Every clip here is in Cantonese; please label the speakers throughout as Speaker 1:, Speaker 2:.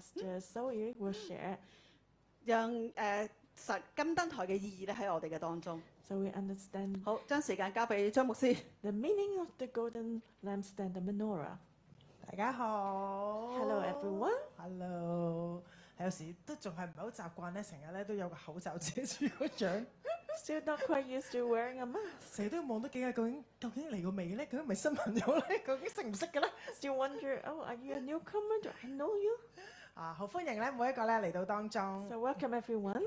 Speaker 1: Pastor Zoe will share
Speaker 2: 讓誒、呃神金燈台嘅意義咧喺我哋嘅當中。
Speaker 1: so we understand
Speaker 2: 好，將時間交俾張牧師。
Speaker 1: the meaning of the golden lampstand, the menorah.
Speaker 3: 大家好
Speaker 1: Hello everyone.
Speaker 3: Hello，有時都仲係唔係好習慣咧，成日咧都有個口罩遮住個樣，
Speaker 1: Still not quite used to wearing a mask.
Speaker 3: 成日都要望多幾日，究竟究竟嚟過未咧？究竟咪新朋友 咧？究竟識唔識嘅咧？
Speaker 1: Still wonder, oh, are you a newcomer? Do I know you?
Speaker 3: 啊，好歡迎咧，每一個咧嚟到當中。
Speaker 1: So welcome everyone.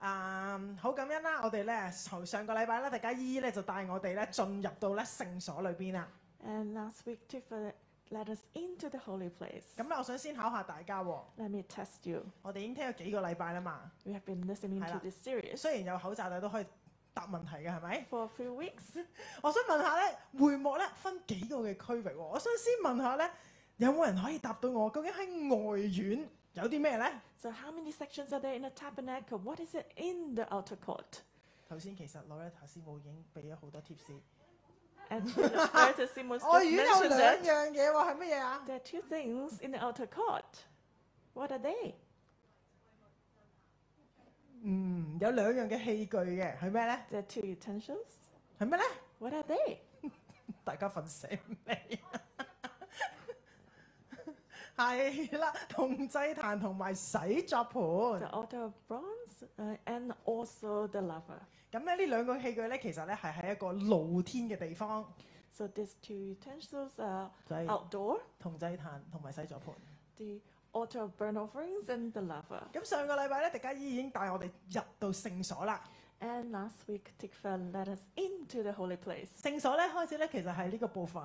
Speaker 3: 啊，好感恩啦！我哋咧頭上個禮拜咧，大家姨咧就帶我哋咧進入到咧聖所裏邊啦。
Speaker 1: And last week Tifa led us into the holy place.
Speaker 3: 咁咧，我想先考下大家喎，
Speaker 1: Let me test you.
Speaker 3: 我哋已經聽咗幾個禮拜啦嘛。
Speaker 1: We have been listening to
Speaker 3: Hello.
Speaker 1: this series
Speaker 3: 雖然有口罩，但係都可以答問題嘅，係咪？
Speaker 1: for a few weeks.
Speaker 3: 我想問下咧，會幕咧分幾個嘅區域喎？我想先問下咧，有冇人可以答到我？究竟喺外院有啲咩咧？
Speaker 1: So how many sections are there in a tabernacle? What is it in the outer court?
Speaker 3: 頭先其實羅咧頭先我已經俾咗好多 tips。
Speaker 1: And Bertha Simon
Speaker 3: 外院有
Speaker 1: mentioned that
Speaker 3: 兩樣嘢喎，係乜嘢啊？
Speaker 1: there are two things in the outer court. What are they?
Speaker 3: 嗯，有兩樣嘅器具嘅，係咩咧？
Speaker 1: There are two utensils.
Speaker 3: 係咩咧？
Speaker 1: What are they?
Speaker 3: 大家瞓醒未啊？係啦，銅祭壇同埋洗作盤
Speaker 1: The。altar of bronze uh, and also the laver.
Speaker 3: 咁咧呢兩個器具咧，其實咧係喺一個露天嘅地方，
Speaker 1: So these two utensils are
Speaker 3: 就係、
Speaker 1: outdoor,
Speaker 3: 銅祭壇同埋洗作盤。
Speaker 1: the altar of burnt offerings and the laver.
Speaker 3: 咁上個禮拜咧，迪加姨已經帶我哋入到聖所啦。
Speaker 1: And last week Tikva led us into the holy place.
Speaker 3: 聖所咧開始咧，其實係呢個部分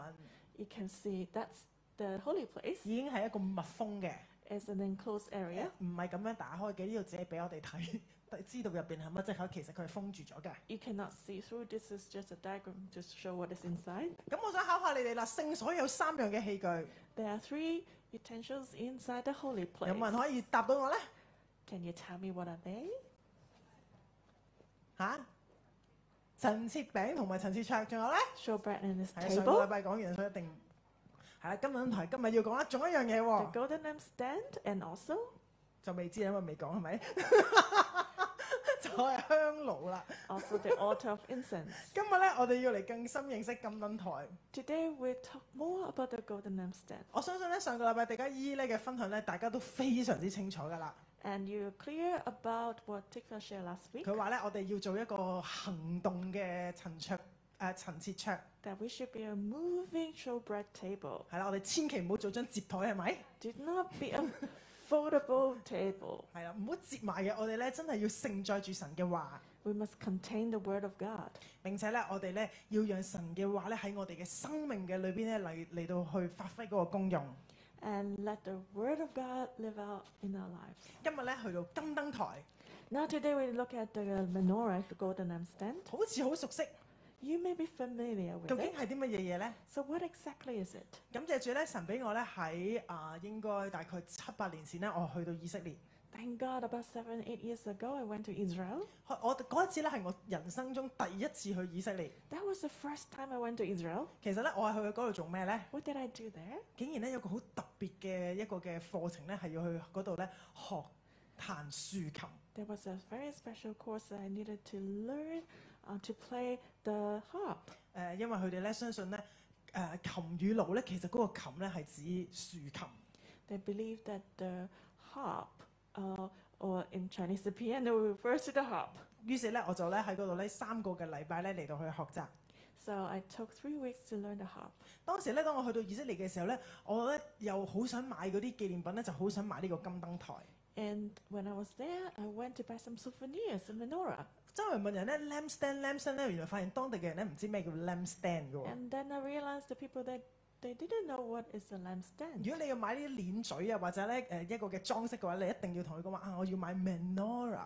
Speaker 1: You can see that's the holy place.
Speaker 3: 已經係一個密封嘅，
Speaker 1: It's an enclosed area.
Speaker 3: 唔係咁樣打開嘅。呢度只係俾我哋睇， 知道入邊係乜即係其實佢係封住咗嘅。
Speaker 1: You cannot see through. This is just a diagram to show what is inside.
Speaker 3: 咁我想考下你哋啦，聖所有三樣嘅器具，
Speaker 1: There are three utensils inside the holy
Speaker 3: 有
Speaker 1: place.
Speaker 3: 冇人可以答到我咧？
Speaker 1: Can you tell me what are they?
Speaker 3: 嚇、陳設餅同埋陳設桌，仲有咧？
Speaker 1: Showbread and this
Speaker 3: 係上個禮
Speaker 1: table,
Speaker 3: 拜講完，所以一定係啦。今日問題今日要講啦，仲有一樣嘢
Speaker 1: the
Speaker 3: 喎，
Speaker 1: golden lampstand, and also
Speaker 3: 就未知啦，因為未講係咪？ 就係香爐啦。
Speaker 1: also the altar of incense.
Speaker 3: 今日咧，我哋要嚟更深認識金燈台。
Speaker 1: Today we'll talk more about the golden lampstand,
Speaker 3: 我相信咧，上個禮拜大家依咧嘅分享咧，大家都非常之清楚噶啦。
Speaker 1: and you're clear about what Tikva shared last week
Speaker 3: 佢話咧，我哋要做一個行動嘅陳桌誒、呃、陳設桌，
Speaker 1: that we should be a moving showbread table.
Speaker 3: 係啦，我哋千祈唔好做張摺台，係咪？
Speaker 1: Do not be a foldable table.
Speaker 3: 係啦，唔好摺埋嘅。我哋咧真係要盛載住神嘅話，
Speaker 1: We must contain the word of God.
Speaker 3: 並且咧，我哋咧要讓神嘅話咧喺我哋嘅生命嘅裏邊咧嚟嚟到去發揮嗰個功用。
Speaker 1: and let the word of God live out in our lives.
Speaker 3: 今日咧去到金燈台，
Speaker 1: Now, today we look at the menorah, the golden lampstand.
Speaker 3: 好似好熟悉，
Speaker 1: You may be familiar
Speaker 3: 究
Speaker 1: with
Speaker 3: 竟
Speaker 1: it.
Speaker 3: 係啲乜嘢嘢咧？
Speaker 1: So, what exactly is it?
Speaker 3: 感謝主咧，神俾我咧喺啊應該大概七八年前咧，我去到以色列。
Speaker 1: Thank God, about seven, eight years ago, I went to Israel.
Speaker 3: 去我嗰一次咧係我人生中第一次去以色列。
Speaker 1: That was the first time I went to Israel.
Speaker 3: 其實咧，我係去嗰度做咩咧？
Speaker 1: What did I do there?
Speaker 3: 竟然咧有個好特別嘅一個嘅課程咧，係要去嗰度咧學彈豎琴。
Speaker 1: There was a very special course that I needed to learn uh, to play the harp
Speaker 3: 誒、因為佢哋咧相信咧誒、琴與爐咧，其實嗰個琴咧係指豎琴。
Speaker 1: They believed that the harp, uh, or in Chinese, the piano, refers to the harp.
Speaker 3: 於是咧，我就咧喺嗰度咧三個嘅禮拜咧嚟到去學習。
Speaker 1: So I took three weeks to learn the harp.
Speaker 3: 當時咧，當我去到以色列嘅時候咧，我咧又好想買嗰啲紀念品咧，就好想買呢個金燈台。
Speaker 1: And when I was there, I went to buy some souvenirs, a menorah.
Speaker 3: 周圍問人咧，lampstand lampstand 咧，原來發現當地嘅人咧唔知咩叫 lampstand 嘅喎。
Speaker 1: And then I realized the people that they didn't know what is a lampstand.
Speaker 3: 如果你要買呢啲鏈嘴啊，或者咧誒、一個嘅裝飾嘅話，你一定要同佢講話啊，我要買 menorah。
Speaker 1: Or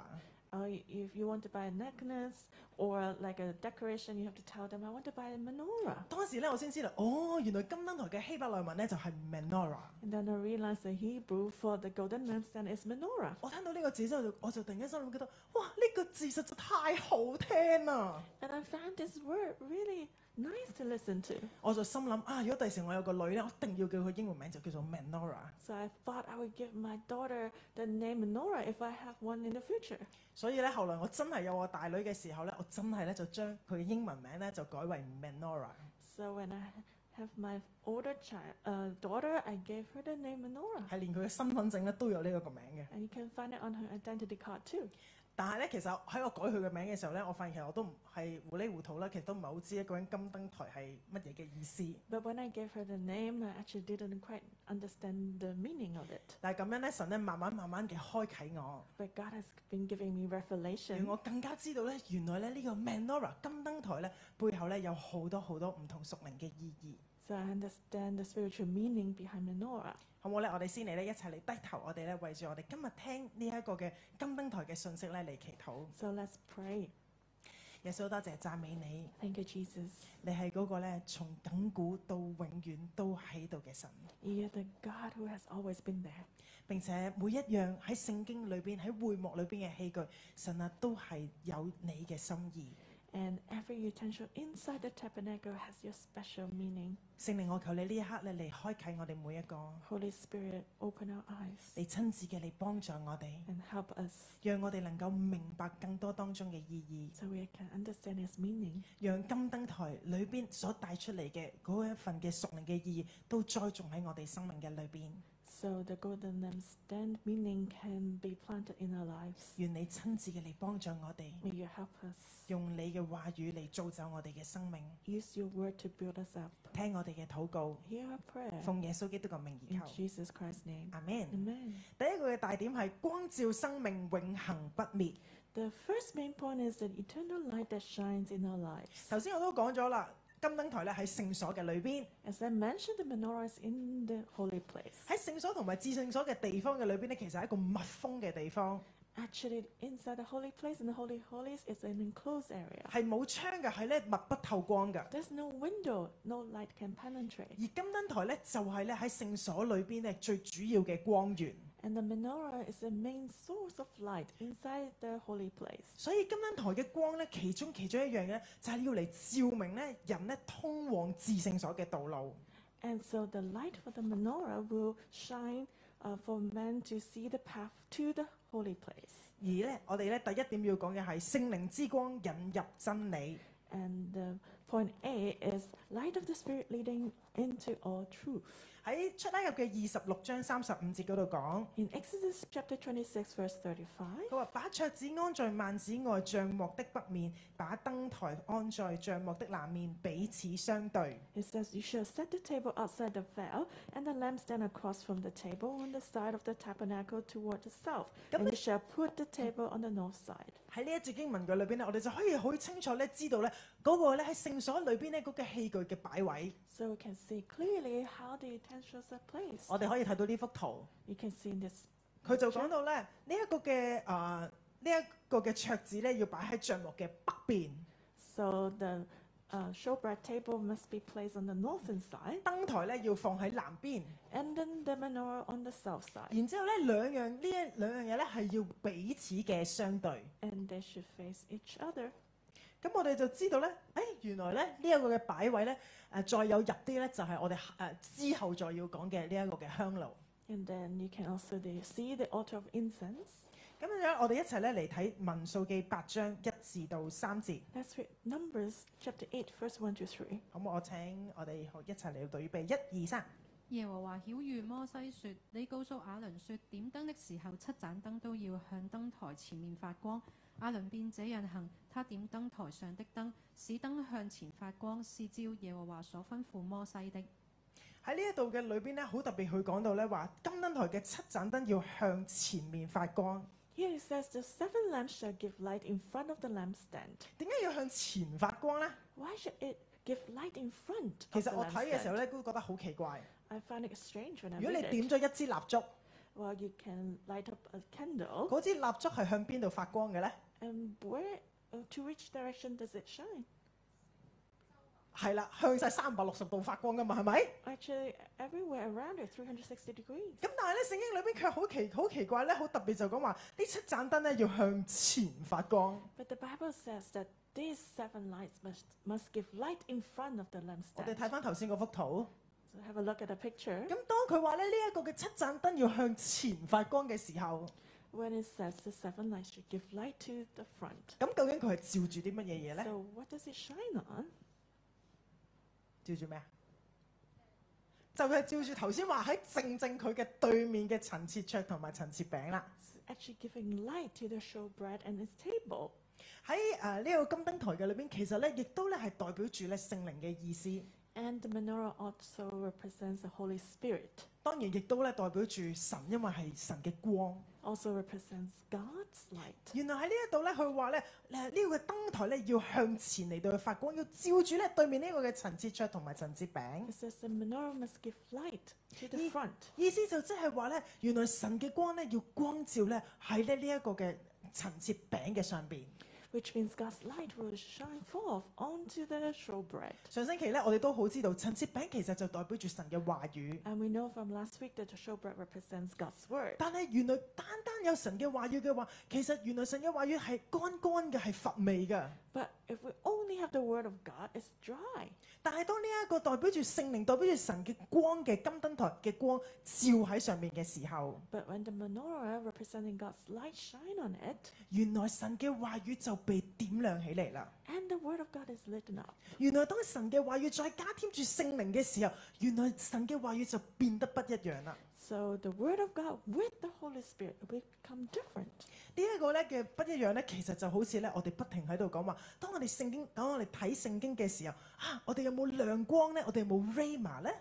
Speaker 1: Oh, y- if you want to buy a necklace or like a decoration, you have to tell them, I want to buy a menorah.
Speaker 3: 當時咧我先知道，哦，原來金燈台嘅希伯來文咧就係 menorah。
Speaker 1: And then I realized the Hebrew for the golden lampstand is menorah.
Speaker 3: 我聽到呢個字之後，我就突然間心諗覺得，哇！呢、個字實在太好聽啦，啊
Speaker 1: And I found this word really nice to listen to.
Speaker 3: 我就心諗啊，如果第時我有個女咧，我一定要叫佢英文名就叫做 Manora。
Speaker 1: So I thought I would give my daughter the name Nora if I have one in the future.
Speaker 3: 所以咧，後來我真係有我大女嘅時候咧，我真係咧就將佢嘅英文名咧就改為 Manora。
Speaker 1: So when I have my older child, uh, daughter, I gave her the name Nora.
Speaker 3: 係連佢嘅身份證咧都有呢一個名嘅。
Speaker 1: And you can find it on her identity card too.
Speaker 3: 但係咧，其實喺我改佢嘅名嘅時候咧，我發現其實我都唔係糊裡糊塗啦，其實都唔係好知一個人金燈台係乜嘢嘅意思。
Speaker 1: But when I gave her the name, I actually didn't quite understand the meaning of it.
Speaker 3: 但係咁樣咧，神咧慢慢慢慢嘅開啟我，
Speaker 1: But God has been giving me
Speaker 3: 令
Speaker 1: revelation.
Speaker 3: 我更加知道咧，原來咧呢、個 Manora 金燈台咧背後咧有好多好多唔同屬靈嘅意義。
Speaker 1: So I understand the spiritual meaning behind menorah.
Speaker 3: 好唔好咧？我哋先嚟咧一齊嚟低頭，我哋咧為住我哋今日聽呢一個嘅金燈台嘅信息咧嚟祈禱。
Speaker 1: So let's pray.
Speaker 3: 耶穌多謝讚美你，
Speaker 1: Thank you, Jesus.
Speaker 3: 你係嗰個咧從亘古到永遠都喺度嘅神，
Speaker 1: You're the God who has always been there.
Speaker 3: 並且每一樣喺聖經裏邊喺會幕裏邊嘅器具，神啊都係有你嘅心意。
Speaker 1: And every utensil inside the tabernacle has your special meaning.
Speaker 3: 聖靈，我求你呢一刻咧嚟開啟我哋每一個，
Speaker 1: Holy Spirit, open our eyes
Speaker 3: 你親自嘅嚟幫助我哋，
Speaker 1: and help us
Speaker 3: 讓我哋能夠明白更多當中嘅意義。
Speaker 1: so we can understand its meaning
Speaker 3: 讓金燈台裏邊所帶出嚟嘅嗰一份嘅屬靈嘅意義，都栽種喺我哋生命嘅裏邊。
Speaker 1: so the golden lampstand meaning can be planted in our lives.
Speaker 3: 願你親自嘅嚟幫助我哋，
Speaker 1: May you help us
Speaker 3: 用你嘅話語嚟造就我哋嘅生命。
Speaker 1: use your word to build us up.
Speaker 3: 聽我哋嘅禱告，
Speaker 1: Hear our prayer
Speaker 3: 奉耶穌基督嘅名而
Speaker 1: in
Speaker 3: 求。
Speaker 1: Jesus Christ's name.
Speaker 3: 阿 Man，
Speaker 1: Amen.
Speaker 3: 第一個嘅大點係光照生命，永恆不滅。
Speaker 1: The first main point is the eternal light that shines in our lives.
Speaker 3: 頭先我都講咗啦，金燈台咧喺聖所嘅裏邊，
Speaker 1: As I mentioned, the menorah is in the holy place.
Speaker 3: 喺聖所同埋至聖所嘅地方嘅裏邊咧，其實係一個密封嘅地方，
Speaker 1: Actually, inside the holy place in the holy holies is an enclosed area.
Speaker 3: 係冇窗嘅，係咧密不透光嘅。
Speaker 1: There's no window, no light can penetrate.
Speaker 3: 而金燈台咧就係咧喺聖所裏邊咧最主要嘅光源，
Speaker 1: And the menorah is the main source of light inside the holy place.
Speaker 3: 所以金燈台嘅光咧其中其中一樣咧就係、要嚟照明咧人咧通往至聖所嘅道路。
Speaker 1: And so the light for the menorah will shine uh, for men to see the path to the holy place.
Speaker 3: 而咧我哋咧第一點要講嘅係聖靈之光引入真理。
Speaker 1: And uh, point A is light of the Spirit leading into all truth.
Speaker 3: 喺出埃及嘅二十六章三十五節嗰度講，
Speaker 1: In Exodus chapter 26, verse 35,
Speaker 3: 佢話把桌子安在幔子外帳幕的北面，把燈台安在帳幕的南面，彼此相對。
Speaker 1: it says, You shall set the table outside the veil, and the lampstand across from the table on the side of the tabernacle toward the south. And you shall put the table on the north side.
Speaker 3: 喺呢一節經文嘅裏邊咧，我哋就可以好清楚咧知道咧嗰、個咧喺聖所裏邊咧嗰個器具嘅擺位，
Speaker 1: So we can see clearly how the utensils are placed.
Speaker 3: 我哋可以睇到呢幅圖，
Speaker 1: You can see in this
Speaker 3: 佢就講到咧呢一個嘅啊呢一個嘅桌子咧要擺喺帳幕嘅北邊，
Speaker 1: So the uh, showbread table must be placed on the northern side,
Speaker 3: 燈台咧要放喺南邊，
Speaker 1: and then the menorah on the south side,
Speaker 3: 然之後咧兩樣呢一兩樣嘢咧係要彼此嘅相對。
Speaker 1: and they should face each other.
Speaker 3: 咁我哋就知道咧，誒、原來咧呢一、個嘅擺位咧誒、再有入啲咧就係我哋誒、之後再要講嘅呢一個嘅香爐。
Speaker 1: And then you can also the, see the altar of incense.
Speaker 3: 咁樣，我哋一齊咧嚟睇《民數記》八章一至到三節。
Speaker 1: Let's read Numbers chapter 8, verse 1 to 3.
Speaker 3: 好唔好？我請我哋一齊嚟到預備，一二三。
Speaker 4: 耶和華曉喻摩西說：你告訴亞倫說，點燈的時候，七盞燈都要向燈台前面發光。亞倫便這樣行，他點燈台上的燈，使燈向前發光，是照耶和華所吩咐摩西的。
Speaker 3: 喺呢一度嘅裏邊咧，好特別，佢講到咧話金燈台嘅七盞燈要向前面發光。
Speaker 1: Here it says, The seven lamps shall give light in front of the lampstand.
Speaker 3: 點解要向前發光呢？
Speaker 1: Why should it give light in front
Speaker 3: 其
Speaker 1: of the
Speaker 3: 實我睇嘅時候
Speaker 1: lampstand?
Speaker 3: 咧，都覺得好奇怪。
Speaker 1: I find it strange when I
Speaker 3: 如果你
Speaker 1: read it.
Speaker 3: 點咗一支蠟燭，
Speaker 1: Well, you can light up a candle.
Speaker 3: 嗰支蠟燭係向邊度發光嘅呢？
Speaker 1: And where, uh, to which direction does it shine?
Speaker 3: 係啦，向晒三百六十度發光噶嘛，係咪？
Speaker 1: Actually, everywhere around it, 360 degrees.
Speaker 3: 咁但係咧，聖經裏邊卻好奇好奇怪咧，好特別就講話呢七盞燈咧要向前發光。
Speaker 1: But the Bible says that These seven lights must, must give light in front of the
Speaker 3: 我哋
Speaker 1: lampstand.
Speaker 3: 睇翻頭先嗰幅圖，
Speaker 1: So have a look at the picture.
Speaker 3: 咁當佢話咧呢一個嘅七盞燈要向前發光嘅時候，
Speaker 1: When it says the seven lights should give light to the front.
Speaker 3: 咁究竟佢係照住啲乜嘢嘢咧？
Speaker 1: So what does it shine on?
Speaker 3: 照住咩啊？就係照住頭先話喺正正佢嘅對面嘅陳設桌同埋陳設餅啦。
Speaker 1: It's actually giving light to the showbread and its table.
Speaker 3: 喺誒呢個金燈台嘅裏邊，其實咧亦都咧係代表住咧聖靈嘅意思，
Speaker 1: And the menorah also represents the Holy Spirit,
Speaker 3: 當然亦都咧代表住神，因為係神嘅光。
Speaker 1: also represents God's light.
Speaker 3: 原來喺呢一度咧，佢話咧誒呢個燈台咧要向前嚟到去發光，要照住咧對面呢個嘅陳設桌同埋陳設餅
Speaker 1: It。says the menorah must give light to the
Speaker 3: Ye-
Speaker 1: front.
Speaker 3: 意思就即係話咧，原來神嘅光咧要光照咧喺咧呢一個嘅陳設餅嘅上邊。
Speaker 1: which means God's light will shine forth onto the showbread.
Speaker 3: 上星期咧，我哋都好知道陳設餅其實就代表住神嘅話語，
Speaker 1: And we know from last week that the showbread represents God's word.
Speaker 3: 但係原來單單有神嘅話語嘅話，其實原來神嘅話語係乾乾嘅，係乏味嘅。
Speaker 1: But if we only have the word of God, it's dry.
Speaker 3: 但係當呢一個代表住聖靈、代表住神嘅光嘅金燈台嘅光照喺上面嘅時候，
Speaker 1: But when the menorah representing God's light shine on it,
Speaker 3: 原來神嘅話語就被點亮起嚟啦。
Speaker 1: and the word of God is lit up,
Speaker 3: 原來當神嘅話語再加添住聖靈嘅時候，原來神嘅話語就變得不一樣啦。
Speaker 1: so the word of God with the Holy Spirit will become different.
Speaker 3: 呢一個咧嘅不一樣咧，其實就好似咧，我哋不停喺度講話，當我哋聖經，當我哋睇聖經嘅時候，啊，我哋有冇亮光咧？我哋有冇 rama 咧？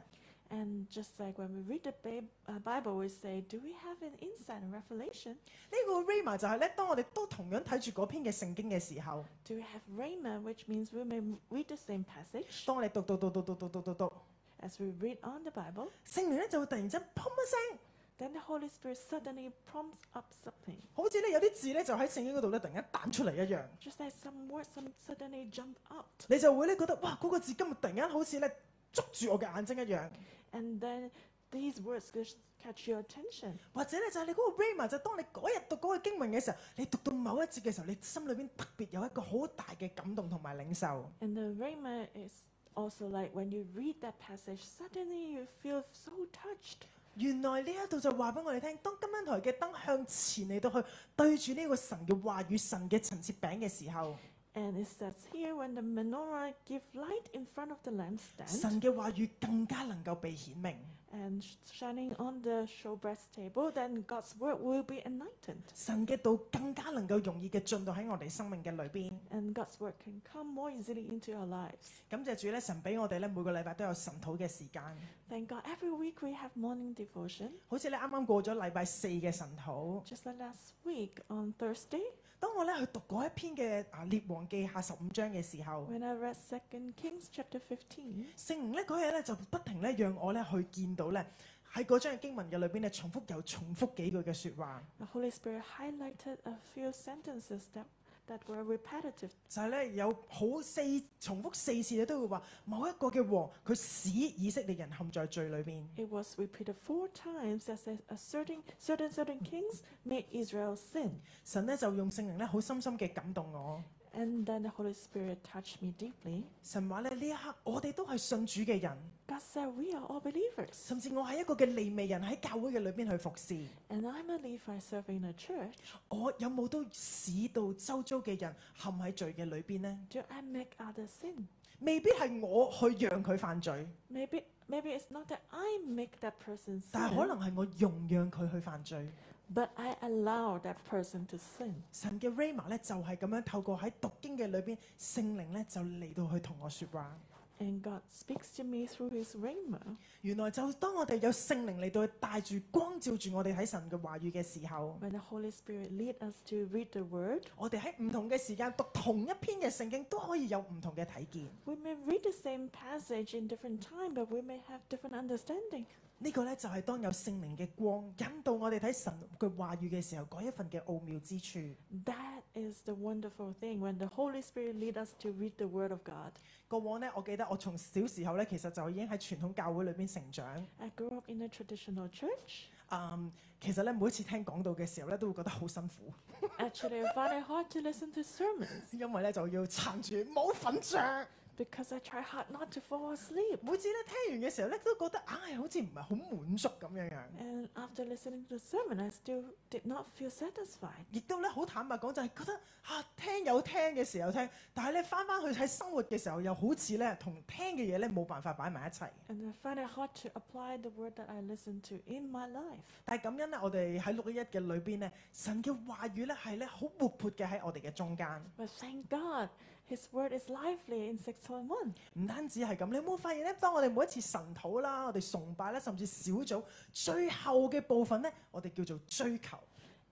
Speaker 1: And just like when we read the ba- uh, Bible, we say, Do we have an insight and revelation?
Speaker 3: 呢個 rama 就係咧，當我哋都同樣睇住嗰篇嘅聖經嘅時候，
Speaker 1: Do we have rhema, which means we may m- read the same passage
Speaker 3: 當我哋讀讀讀讀讀讀讀讀讀，
Speaker 1: as we read on the Bible?
Speaker 3: 聖靈咧就會突然間砰一聲，
Speaker 1: Then the Holy Spirit suddenly prompts up something,
Speaker 3: 好似咧有啲字咧就喺聖經嗰度咧突然間彈出嚟一樣，
Speaker 1: just like some words some suddenly jump out,
Speaker 3: 你就會咧覺得哇嗰、個字今日突然間好似咧捉住我嘅眼睛一樣，
Speaker 1: and then these words just catch your attention.
Speaker 3: 或者咧就係你嗰個 rama 就係當你嗰日讀嗰個經文嘅時候，你讀到某一節嘅時候，你心裏邊特別有一個好大嘅感動同埋領受。
Speaker 1: And the rhema is also like when you read that passage, suddenly you feel so touched.
Speaker 3: 原來呢一度就話俾我哋聽，當金燈台嘅燈向前嚟到去對住呢個神嘅話語、神嘅陳設餅嘅時候，
Speaker 1: And it says here, when the menorah give light in front of the lampstand
Speaker 3: 神嘅話語更加能夠被顯明，
Speaker 1: and sh- shining on the showbread's table, then God's word will be enlightened,
Speaker 3: 神嘅道更加能夠容易嘅進到喺我哋生命嘅裏邊。
Speaker 1: and God's word can come more easily into our lives.
Speaker 3: 感謝主咧，神俾我哋咧每個禮拜都有神討嘅時間，
Speaker 1: Thank God, every week we have morning devotion.
Speaker 3: 好似咧啱啱過咗禮拜四嘅神討。
Speaker 1: Just like last week on Thursday,
Speaker 3: 當我咧去讀嗰一篇嘅啊列王記下十五章嘅時候，
Speaker 1: when I read Second Kings chapter 15,
Speaker 3: 聖靈咧嗰日咧就不停咧讓我咧去見到咧喺嗰章嘅經文嘅裏邊咧重複又重複幾句嘅説話。
Speaker 1: the Holy Spirit highlighted a few sentences that, that were repetitive.
Speaker 3: 就係咧有好四重複四次咧都會話某一個嘅王佢使以色列人陷在罪裏邊。
Speaker 1: It was repeated four times as a, a certain, certain certain kings made Israel sin.
Speaker 3: 神咧就用聖靈咧好深深嘅感動我。
Speaker 1: And then the Holy Spirit touched me deeply.
Speaker 3: 神話咧呢一刻我哋都係信主嘅人，
Speaker 1: God said, We are all believers.
Speaker 3: 甚至我係一個嘅利未人喺教會嘅裏邊去服侍。
Speaker 1: And I'm a Levite serving the church.
Speaker 3: 我有冇都使到周遭嘅人陷喺罪嘅裏邊呢？
Speaker 1: Do I make others sin?
Speaker 3: 未必係我去讓佢犯罪，
Speaker 1: Maybe maybe it's not that I make that person sin.
Speaker 3: 但係可能係我容讓佢去犯罪。
Speaker 1: But I allow that person to sin.
Speaker 3: 神嘅 rama 咧就係咁樣透過喺讀經嘅裏邊，聖靈咧就嚟到去同我説話。
Speaker 1: And God speaks to me through his rhema.
Speaker 3: 原來就當我哋有聖靈嚟到去帶住光照住我哋喺神嘅話語嘅時候，
Speaker 1: When the Holy Spirit lead us to read the word,
Speaker 3: 我哋喺唔同嘅時間讀同一篇嘅聖經都可以有唔同嘅睇見。
Speaker 1: we may read the same passage in different time, but we may have different understanding.
Speaker 3: 呢、個呢，就係當有聖靈嘅光引導我哋睇神嘅話語嘅時候，嗰一份嘅奧妙之處。
Speaker 1: That is the wonderful thing when the Holy Spirit lead us to read the word of God.
Speaker 3: 過往呢，我記得我從小時候呢，其實就已經喺傳統教會裏邊成長。
Speaker 1: I grew up in a traditional church,
Speaker 3: 啊、嗯，其實咧每一次聽講道嘅時候咧，都會覺得好辛苦，
Speaker 1: Actually, I find it hard to listen to sermons
Speaker 3: 因為咧就要撐住冇瞓着。
Speaker 1: because I try hard not to fall asleep.
Speaker 3: 每次咧聽完嘅時候咧，都覺得唉，好似唔係好滿足咁樣樣。
Speaker 1: And after listening to the sermon, I still did not feel satisfied.
Speaker 3: 亦都咧好坦白講，就係覺得啊聽有聽嘅時候聽，但係咧翻翻去喺生活嘅時候，又好似咧同聽嘅嘢咧冇辦法擺埋一齊。
Speaker 1: And I find it hard to apply the word that I listened to in my life.
Speaker 3: 但係感恩咧，我哋喺六一一嘅裏邊咧，神嘅話語咧係咧好活潑嘅喺我哋嘅中間。
Speaker 1: But thank God, His word is lively in 611.
Speaker 3: 唔單止係咁，你有冇發現咧？當我哋每一次神討啦，我哋崇拜啦，甚至小組最後嘅部分咧，我哋叫做追求。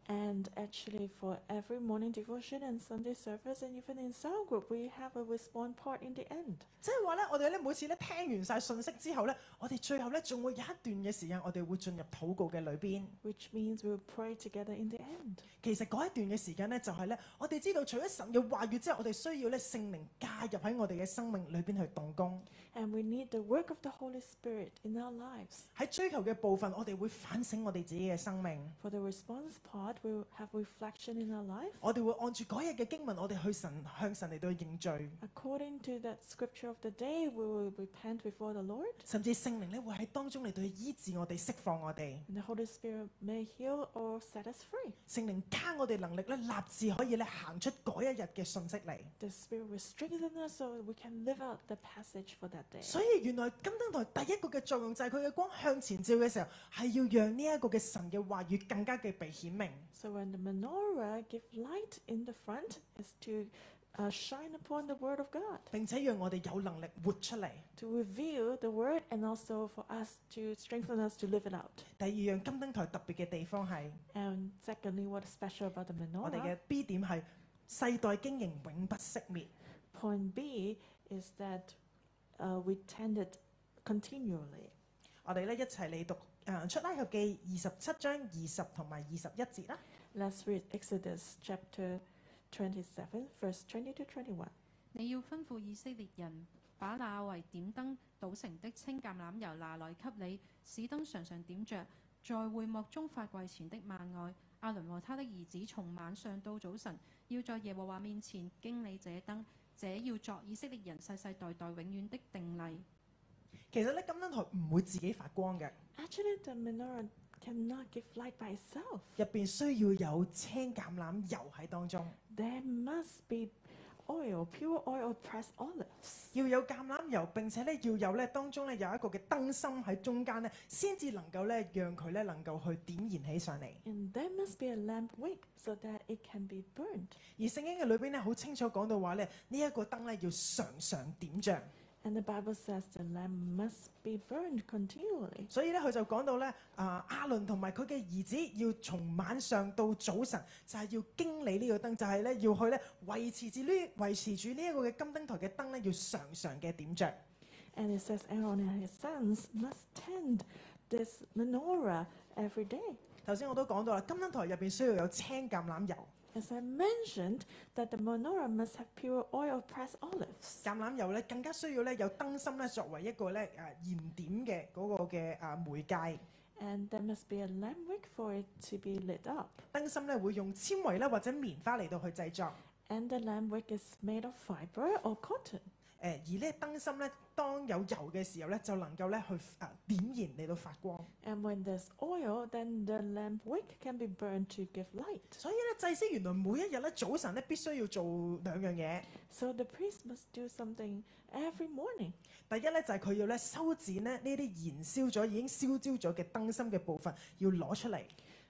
Speaker 1: And actually, for every morning devotion and Sunday service, and even in cell group, we have a respond part in the end.
Speaker 3: 即係話咧，我哋咧每次咧聽完晒信息之後咧，我哋最後咧仲會有一段嘅時間，我哋會進入禱告嘅裏邊。
Speaker 1: which means we'll pray together in the end.
Speaker 3: 其實嗰一段嘅時間咧，就係咧，我哋知道除咗神嘅話語之外，我哋需要咧聖靈介入喺我哋嘅生命裏邊去動工。
Speaker 1: And we need the work of the Holy Spirit in our lives.
Speaker 3: 喺追求嘅部分，我哋會反省我哋自己嘅生命，
Speaker 1: For the response part, we'll have reflection in our life.
Speaker 3: 我哋會按住嗰日嘅經文，我哋去神向神嚟到認罪，
Speaker 1: According to that scripture of the day, we will repent before the Lord.
Speaker 3: 甚至聖靈咧會喺當中嚟到去醫治我哋、釋放我哋。
Speaker 1: And the Holy Spirit may heal or set us free.
Speaker 3: 聖靈加我哋能力咧，立志可以咧行出嗰一日嘅信息嚟。
Speaker 1: The Spirit will strengthen us so we can live out the passage for that day.
Speaker 3: 所以原來金燈台第一個嘅作用就係佢嘅光向前照嘅時候，係要讓呢一個嘅神嘅話語更加嘅被顯明。
Speaker 1: So when the menorah give light in the front, is to uh, shine upon the Word of God,
Speaker 3: 並且讓我哋有能力活出嚟。
Speaker 1: to reveal the Word, and also for us to strengthen us to live it out.
Speaker 3: 第二樣金燈台特別嘅地方係，
Speaker 1: And secondly, what's special about the
Speaker 3: 我哋
Speaker 1: menorah?
Speaker 3: 嘅 B 點係世代經營永不熄滅。
Speaker 1: Point B is that uh, we tend it continually.
Speaker 3: 我哋咧一齊嚟讀誒、呃出埃及記二十七章二十同埋二十一節啦。
Speaker 1: Let's read Exodus chapter 27, verse 20 to 21.
Speaker 4: 你要吩咐以色列人把那為點燈倒成的清橄欖油拿來給你，使燈常常點着，在會幕中法櫃前的幔外。阿倫和他的兒子從晚上到早晨，要在耶和華面前經理這燈，這要作以色列人世世代代永遠的定例。
Speaker 3: 其實咧金燈台唔會自己發光嘅，
Speaker 1: Actually, the menorah cannot give light by itself.
Speaker 3: 入邊需要有青橄欖油喺當中，
Speaker 1: There must be oil, pure oil, pressed olives.
Speaker 3: 要有橄欖油，並且咧要有咧當中咧有一個嘅燈芯喺中間咧，先至能夠咧讓佢咧能夠去點燃起上嚟。
Speaker 1: And there must be a lamp wick so that it can be burned.
Speaker 3: 而聖經嘅裏邊咧好清楚講到話咧，呢、一個燈咧要常常點着。
Speaker 1: And the Bible says the lamp must be burned continually.
Speaker 3: 所以咧，佢就講到咧，啊、阿倫同埋佢嘅兒子要從晚上到早晨，就係、要經理呢個燈，就係、咧要去咧維持住呢維持住呢一個嘅金燈台嘅燈咧，要常常嘅點着。
Speaker 1: And it says Aaron and his sons must tend this menorah every day.
Speaker 3: 頭先我都講到啦，金燈台入邊需要有青橄欖油，
Speaker 1: As I mentioned, that the menorah must have pure oil pressed olives.
Speaker 3: 橄欖油咧更加需要咧有燈芯咧作為一個咧誒、燃點嘅嗰個嘅啊媒介。
Speaker 1: And there must be a lamp wick for it to be lit up.
Speaker 3: 燈芯咧會用纖維咧或者棉花嚟到去製作。
Speaker 1: And the lamp wick is made of fiber or cotton.
Speaker 3: 誒、而呢燈芯咧，當有油嘅時候咧，就能夠咧去啊點燃嚟到發光。
Speaker 1: And when there's oil, then the lamp wick can be burned to give light.
Speaker 3: 所以咧，祭司原來每一日咧早晨咧必須要做兩樣嘢。
Speaker 1: So the priest must do something every morning.
Speaker 3: 第一咧就係、佢要咧修剪咧呢啲燃燒咗已經燒焦咗嘅燈芯嘅部分，要攞出嚟。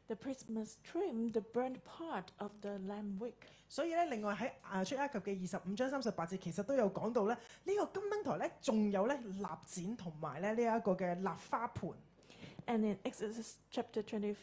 Speaker 1: The priest must trim the burnt part of the lamp wick.
Speaker 3: 所以咧，另外喺啊出埃及嘅二十五章三十八節，其實都有講到咧，呢、個金燈台咧，仲有咧立剪同埋咧呢一個嘅立花盤。
Speaker 1: And in Exodus chapter 25,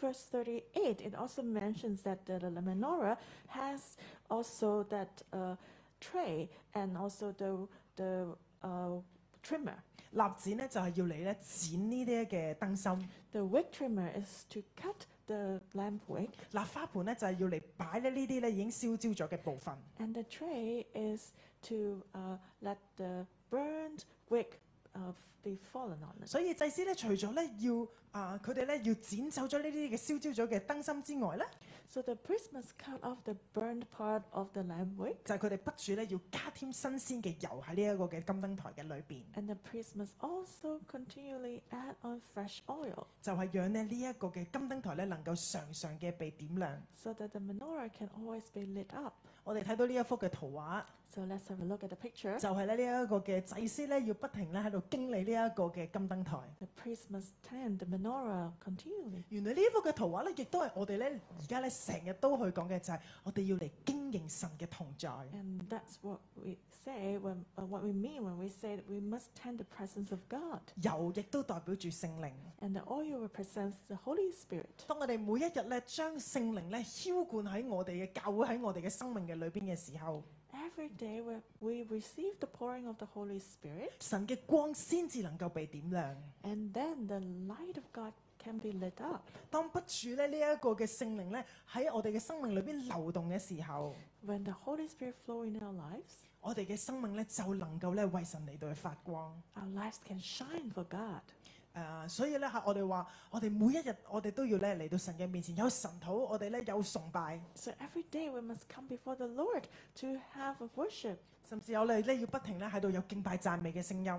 Speaker 1: verse 38, it also mentions that the, the menorah has also that uh, tray and also the, the uh, trimmer.
Speaker 3: 立剪咧就係、要你咧剪呢啲嘅燈芯，
Speaker 1: The wick trimmer is to cut the lamp wick,
Speaker 3: 立花盤咧就係、要嚟擺咧呢啲咧已經燒焦咗嘅部分。
Speaker 1: and the tray is to uh, let the burned wick uh, be fallen on it.
Speaker 3: 所以祭司咧，除咗咧要啊，佢哋咧要剪走咗呢啲嘅燒焦咗嘅燈芯之外咧，
Speaker 1: So the priest must cut off the burned part of the lamp wick,
Speaker 3: 就係佢哋不住咧要加添新鮮嘅油喺呢一個嘅金燈台嘅裏邊，
Speaker 1: and the priest must also continually add on fresh oil
Speaker 3: 就係讓咧呢一個嘅金燈台咧能夠常常嘅被點亮。
Speaker 1: so that the menorah can always be lit up.
Speaker 3: 我哋睇到呢一幅嘅圖畫，
Speaker 1: So let's have a look at the picture.
Speaker 3: 就係咧呢一個嘅祭司咧要不停咧喺度經理呢一個嘅金燈台。
Speaker 1: The priest must tend the menorah continually.
Speaker 3: 原來呢一幅嘅圖畫咧，亦都係我哋咧而家咧成日都去講嘅，就係我哋要嚟經營神嘅同在。
Speaker 1: And that's what we say when uh, what we mean when we say that we must tend the presence of God.
Speaker 3: 油亦都代表住聖靈。
Speaker 1: And the oil represents the Holy Spirit.
Speaker 3: 當我哋每一日咧將聖靈咧澆灌喺我哋嘅教會喺我哋嘅生命嘅裏邊嘅時候，
Speaker 1: Every day we, we receive the pouring of the Holy Spirit,
Speaker 3: 神嘅光先至能夠被點亮。
Speaker 1: and then the light of God can be lit up.
Speaker 3: 當不住咧呢一個嘅聖靈咧喺我哋嘅生命裏邊流動嘅時候，
Speaker 1: When the Holy Spirit flow in our lives,
Speaker 3: 我哋嘅生命咧就能夠咧為神嚟到去發光。
Speaker 1: our lives can shine for God.
Speaker 3: 誒、所以咧嚇我哋話，我哋每一日我哋都要咧嚟到神嘅面前，有神土，我哋咧有崇拜，
Speaker 1: So every day we must come before the Lord to have a worship
Speaker 3: 甚至有你咧要不停咧喺度有敬拜讚美嘅聲音。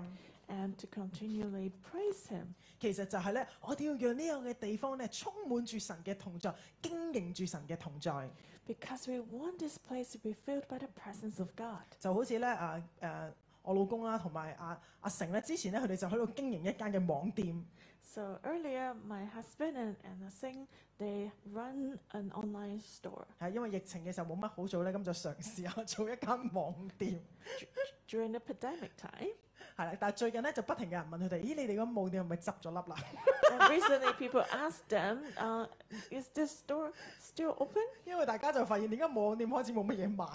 Speaker 1: and to continually praise Him.
Speaker 3: 其實就係咧，我哋要讓呢個嘅地方咧充滿住神嘅同在，經營住神嘅同在，
Speaker 1: Because we want this place to be filled by the presence of God.
Speaker 3: 就好似咧啊誒我老公啦，同埋阿阿成咧，之前咧佢哋就喺度經營一間嘅網店，
Speaker 1: So earlier, my husband and, and Sing, they run an online store.
Speaker 3: 係因為疫情嘅時候冇乜好做咧，咁就嘗試下做一間網店，
Speaker 1: During the pandemic time,
Speaker 3: 係啦。但係最近咧就不停有人問佢哋，咦你哋個網店係咪執咗笠啦？
Speaker 1: and recently people asked them, uh, is this store still open?
Speaker 3: 因為大家就發現點解網店開始冇乜嘢賣，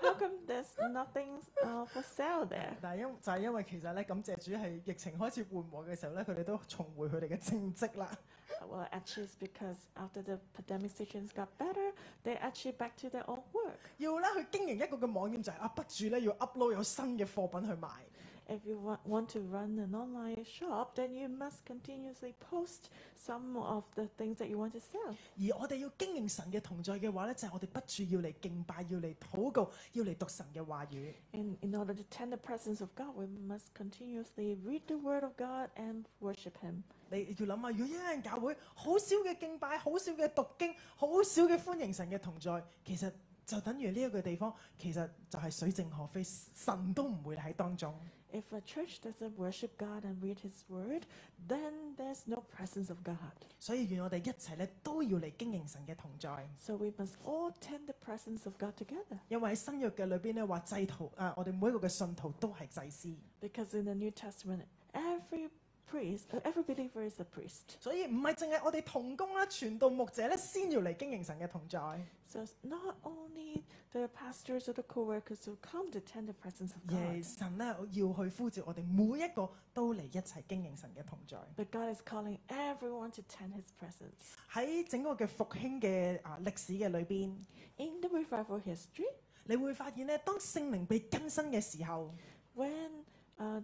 Speaker 1: How come there's nothing uh, for sale there?
Speaker 3: 但係因就係、因為其實咧，感謝主係疫情開始緩和嘅時候咧，佢哋都重回佢哋嘅正職啦。
Speaker 1: Well, actually, it's because after the pandemic situations got better, they actually back to their old work.
Speaker 3: 要咧去經營一個嘅網店就係、啊，不住咧要 upload 有新嘅貨品去賣。
Speaker 1: If you wa- want to run an online shop, then you must continuously post some of the things that you want to sell.
Speaker 3: 而我哋要經營神嘅同在嘅話咧，就係、我哋不住要嚟敬拜，要嚟禱告，要嚟讀神嘅話語。
Speaker 1: And in order to tend the presence of God, we must continuously read the Word of God and worship Him.
Speaker 3: 你要諗啊下，如果一間教會好少嘅敬拜，好少嘅讀經，好少嘅歡迎神嘅同在，其實就等於呢一個地方，其實就係水靜河飛，神都唔會喺當中。
Speaker 1: If a church doesn't worship God and read His Word, then there's no presence of God.
Speaker 3: 所以願我哋一齊咧都要嚟經營神嘅同在，
Speaker 1: So we must all tend the presence of God together.
Speaker 3: 因為喺新約嘅裏邊咧話祭徒啊，我哋每一個嘅信徒都係祭司。
Speaker 1: Because in the New Testament, every priest, uh, every believer is a priest.
Speaker 3: 所以唔係淨係我哋同工啦、傳道牧者咧，先要嚟經營神嘅同在，而
Speaker 1: So it's not only the pastors or the co workers who come to tend the presence of God,
Speaker 3: 係神咧啊要去呼召我哋每一個都嚟一齊經營神嘅同在。
Speaker 1: but God is calling everyone to tend His presence.
Speaker 3: 喺整個嘅復興嘅啊歷史嘅裏邊，
Speaker 1: In the revival history,
Speaker 3: 你會發現咧，當聖靈被更新嘅時候，
Speaker 1: when uh,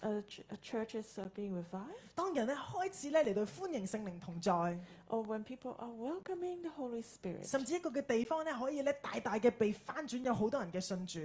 Speaker 1: a, ch- a church is uh, being revived,
Speaker 3: 當人咧開始咧嚟到歡迎聖靈同在，
Speaker 1: or when people are welcoming the Holy Spirit,
Speaker 3: 甚至一個嘅地方咧可以咧大大嘅被翻轉，有好多人嘅信主。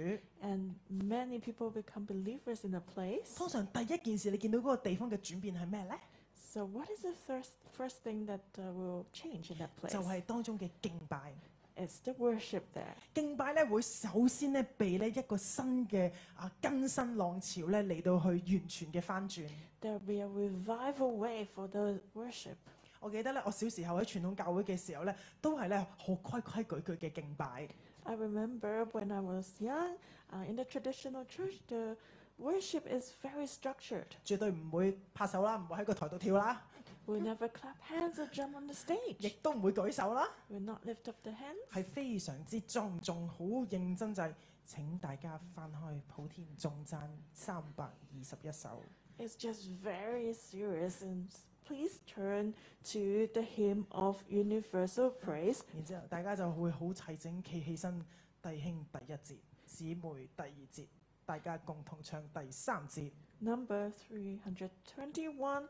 Speaker 1: and many people become believers in a place.
Speaker 3: 通常第一件事你見到嗰個地方嘅轉變係咩呢？
Speaker 1: So, what is the first first thing that uh, will change in that place?
Speaker 3: 就係當中嘅敬拜。
Speaker 1: It's the worship there.
Speaker 3: 敬拜咧會首先咧被咧一個新嘅啊更新浪潮咧嚟到去完全嘅翻轉。
Speaker 1: There will be a revival wave for the worship.
Speaker 3: 我記得咧，我小時候喺傳統教會嘅時候咧，都係咧好規規矩矩嘅敬拜。
Speaker 1: I remember when I was young, uh, in the traditional church, the worship is very structured.
Speaker 3: 絕對唔會拍手啦，唔會喺個台度跳啦，
Speaker 1: We never clap hands or jump on the
Speaker 3: 亦
Speaker 1: stage.
Speaker 3: 都唔會舉手啦，
Speaker 1: We not lift up the hands.
Speaker 3: 係非常之莊重，好認真就係、請大家翻開普天頌讚三百二十一首。
Speaker 1: It's just very serious and s- please turn to the hymn of universal praise
Speaker 3: 然之後大家就會好齊整企起身，弟兄第一節，姊妹第二節，大家共同唱第三節。
Speaker 1: number 321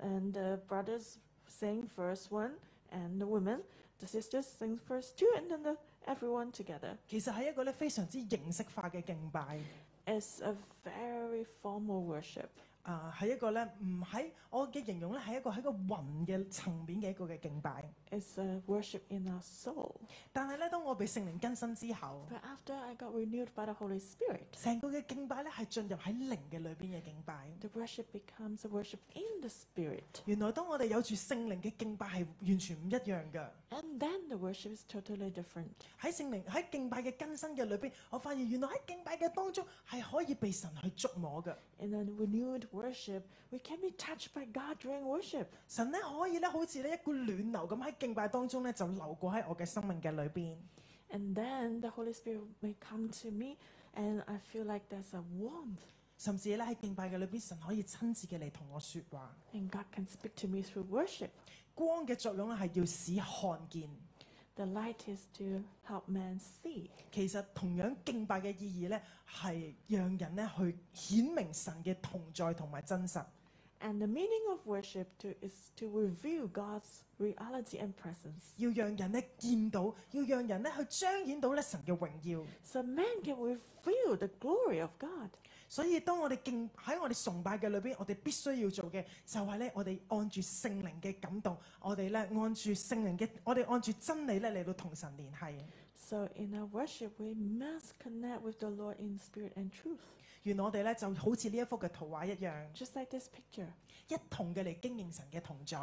Speaker 1: and the brothers sing first one, and the women, the sisters sing first two, and then the, everyone together.
Speaker 3: 其實係一個咧非常之形式化嘅敬拜，
Speaker 1: It's a very formal worship.
Speaker 3: 啊係一個咧唔喺我嘅形容咧係一個喺個雲嘅層面嘅一個嘅敬拜。
Speaker 1: It's a worship in our soul.
Speaker 3: 但係咧，當我被聖靈更新之後，
Speaker 1: But after I got renewed by the Holy Spirit,
Speaker 3: 成個嘅敬拜咧係進入喺靈嘅裏邊嘅敬拜。
Speaker 1: the worship becomes a worship in the Spirit.
Speaker 3: 原來當我哋有住聖靈嘅敬拜係完全唔一樣嘅。
Speaker 1: And then the worship is totally different.
Speaker 3: 喺聖靈喺敬拜嘅更新嘅裏邊，我發現原來喺敬拜嘅當中係可以被神去觸摸嘅。
Speaker 1: In a renewed worship, we can be touched by God during worship.
Speaker 3: 神咧可以咧好似咧一股暖流咁喺敬拜當中咧就流過喺我嘅生命嘅裏邊。
Speaker 1: And then the Holy Spirit may come to me, and I feel like there's a warmth.
Speaker 3: 甚至咧喺敬拜嘅裏邊，神可以親自嘅嚟同我説話。
Speaker 1: And God can speak to me through worship.
Speaker 3: 光嘅作用咧係要使看見。
Speaker 1: The light is to help man see.
Speaker 3: 其實同樣敬拜嘅意義咧係讓人咧去顯明神嘅同在同埋真實。
Speaker 1: And the meaning of worship to, is to reveal God's reality and presence.
Speaker 3: 要讓人咧見到，要讓人咧去彰顯到咧神嘅榮耀。
Speaker 1: So man can reveal the glory of God.
Speaker 3: 所以當我哋敬喺我哋崇拜嘅裏邊，我哋必須要做嘅就係咧，我哋按住聖靈嘅感動，我哋咧按住聖靈嘅，我哋按住真理咧嚟到同神聯繫。
Speaker 1: So in our worship, we must connect with the Lord in spirit and truth,
Speaker 3: 原來我哋咧就好似呢一幅嘅圖畫一樣，
Speaker 1: just like this picture.
Speaker 3: 一同嘅嚟經營神嘅同在。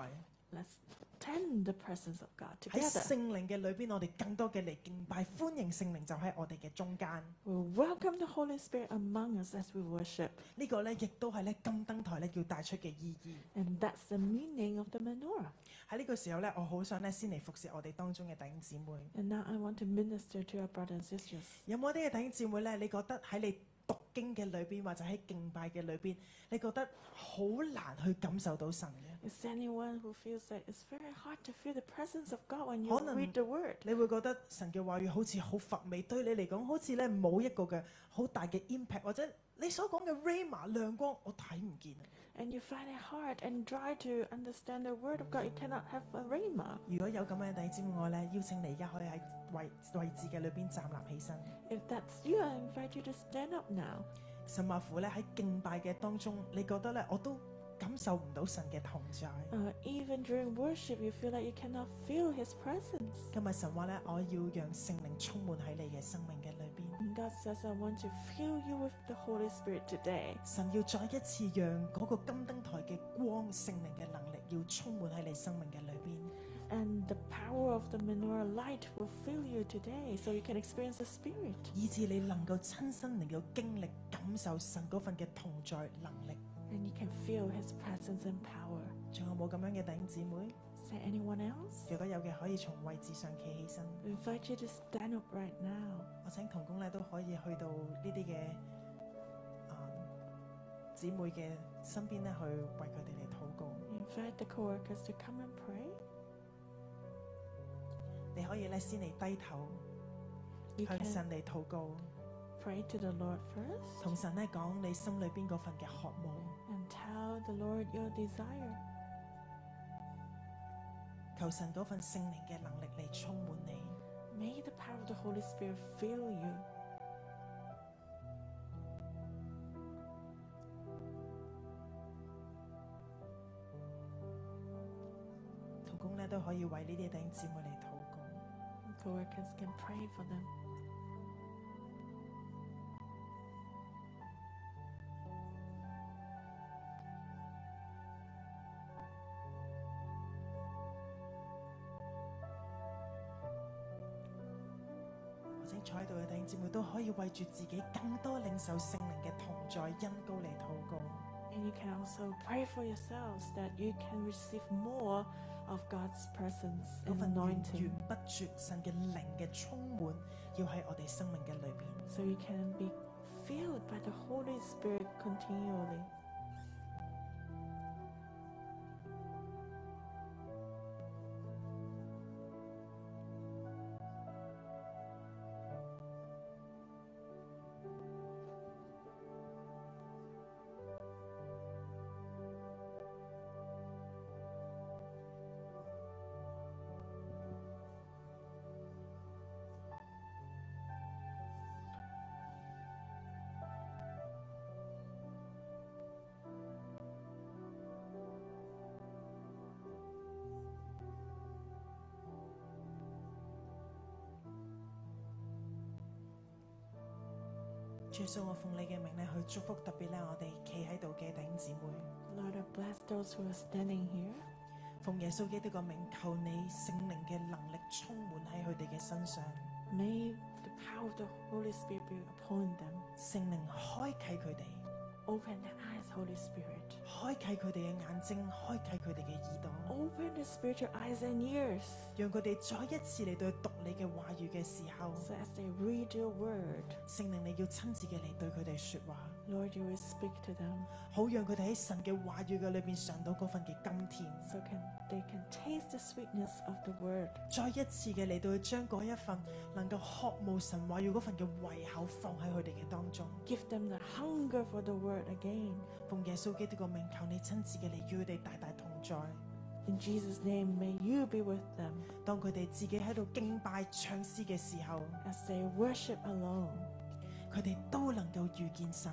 Speaker 1: Let's tend the presence of God
Speaker 3: 喺
Speaker 1: together.
Speaker 3: 聖靈嘅裏邊，我哋更多嘅嚟敬拜，歡迎聖靈就喺我哋嘅中間。
Speaker 1: We welcome the Holy Spirit among us as we worship.
Speaker 3: 呢個咧亦都係咧金燈台咧要帶出嘅意義。
Speaker 1: And that's the meaning of the menorah.
Speaker 3: 喺呢個時候咧，我好想咧先嚟服侍我哋當中嘅弟兄姊妹。
Speaker 1: And now I want to minister to our brothers and sisters.
Speaker 3: 有冇啲嘅弟兄姊妹咧？你覺得喺你讀經嘅裏邊，或者喺敬拜嘅裏邊，你覺得好難去感受到神嘅？
Speaker 1: Is there anyone who feels that it's very hard to feel the presence of God when you
Speaker 3: 可能-
Speaker 1: read the word?
Speaker 3: 你會覺得神嘅話語好似好乏味，對你嚟講好似咧冇一個嘅好大嘅 impact，或者你所講嘅 rama 亮光，我睇唔見啊。
Speaker 1: And you find it hard and dry to understand the word of God, you cannot have a rhema.
Speaker 3: 如果有咁樣嘅弟兄姊妹，我咧邀請你而家可以喺位位置嘅裏邊站立起身。
Speaker 1: If that's you, I invite you to stand up now.
Speaker 3: 神話父咧喺敬拜嘅當中，你覺得咧我都感受唔到神嘅同在。
Speaker 1: Uh, even during worship, you feel like you cannot feel His presence.
Speaker 3: 今日神話咧，我要讓聖靈充滿喺你嘅生命嘅裏邊。
Speaker 1: And God says, I want to fill you with the Holy Spirit today.
Speaker 3: 神要再一次讓嗰個金燈台嘅光聖靈嘅能力，要充滿喺你生命嘅裏邊。
Speaker 1: And the power of the menorah light will fill you today so you can experience the Spirit.
Speaker 3: 以至你能夠親身嚟到經歷感受神嗰份嘅同在能力。
Speaker 1: And you can feel His presence and power.
Speaker 3: 仲有冇咁樣嘅弟兄姊妹？
Speaker 1: Is there anyone else?
Speaker 3: 如果有嘅，可以從位置上企起身。
Speaker 1: I invite you to stand up right now.
Speaker 3: 我請童工咧都可以去到呢啲嘅啊姊妹嘅身邊咧，去為佢哋嚟禱告。
Speaker 1: I invite the coworkers to come and pray.
Speaker 3: 你可以咧先嚟低頭
Speaker 1: You
Speaker 3: 向
Speaker 1: can
Speaker 3: 神嚟禱告，
Speaker 1: pray to the Lord first
Speaker 3: 同神咧講你心裏邊嗰份嘅渴望。
Speaker 1: and tell the Lord your desire.
Speaker 3: 求神嗰份聖靈嘅能力嚟充滿你，
Speaker 1: May the power of the Holy Spirit fill you.
Speaker 3: 同工咧都可以為呢啲弟兄姊妹嚟禱告。
Speaker 1: And coworkers can pray for them.
Speaker 3: 或者坐喺度嘅弟兄姊妹都可以為住自己更多領受聖靈嘅同在恩膏嚟禱告。
Speaker 1: And you can also pray for yourselves that you can receive more of God's presence
Speaker 3: 嗰
Speaker 1: and
Speaker 3: 份源
Speaker 1: anointing
Speaker 3: 源不絕神嘅靈嘅充滿，要喺我哋生命嘅裏邊。
Speaker 1: so you can be filled by the Holy Spirit continually.
Speaker 3: 我主耶穌，我奉你嘅名咧去祝福，特別咧我哋企喺度嘅弟兄姊妹，
Speaker 1: Lord, I bless those who are standing here.
Speaker 3: 奉耶穌基督嘅名，求你聖靈嘅能力充滿喺佢哋嘅身上，
Speaker 1: May the power of the Holy Spirit be upon them.
Speaker 3: 聖靈開啟佢哋，
Speaker 1: Open their eyes, Holy Spirit.
Speaker 3: 開啟佢哋嘅眼睛，開啟佢哋嘅耳朵，
Speaker 1: Open the spiritual eyes and ears
Speaker 3: 讓佢哋再一次嚟到讀你嘅話語嘅時候，
Speaker 1: so as they read your word,
Speaker 3: 聖靈你要親自嘅嚟對佢哋說話，
Speaker 1: Lord, you will speak to them
Speaker 3: 好讓佢哋喺神嘅話語嘅裏邊上到嗰份嘅甘甜，
Speaker 1: so can they can taste the sweetness of the word.
Speaker 3: 再一次嘅嚟到去將嗰一份能夠渴慕神話語嗰份嘅胃口放喺佢哋嘅當中。
Speaker 1: Give them the hunger for the word again.
Speaker 3: 奉耶穌基督個名，求你親自嘅嚟與佢哋大大同在。
Speaker 1: In Jesus' name, may you be with them
Speaker 3: 當佢哋自己喺度敬拜唱詩嘅時候，
Speaker 1: as they worship alone.
Speaker 3: 佢哋都能夠遇見神，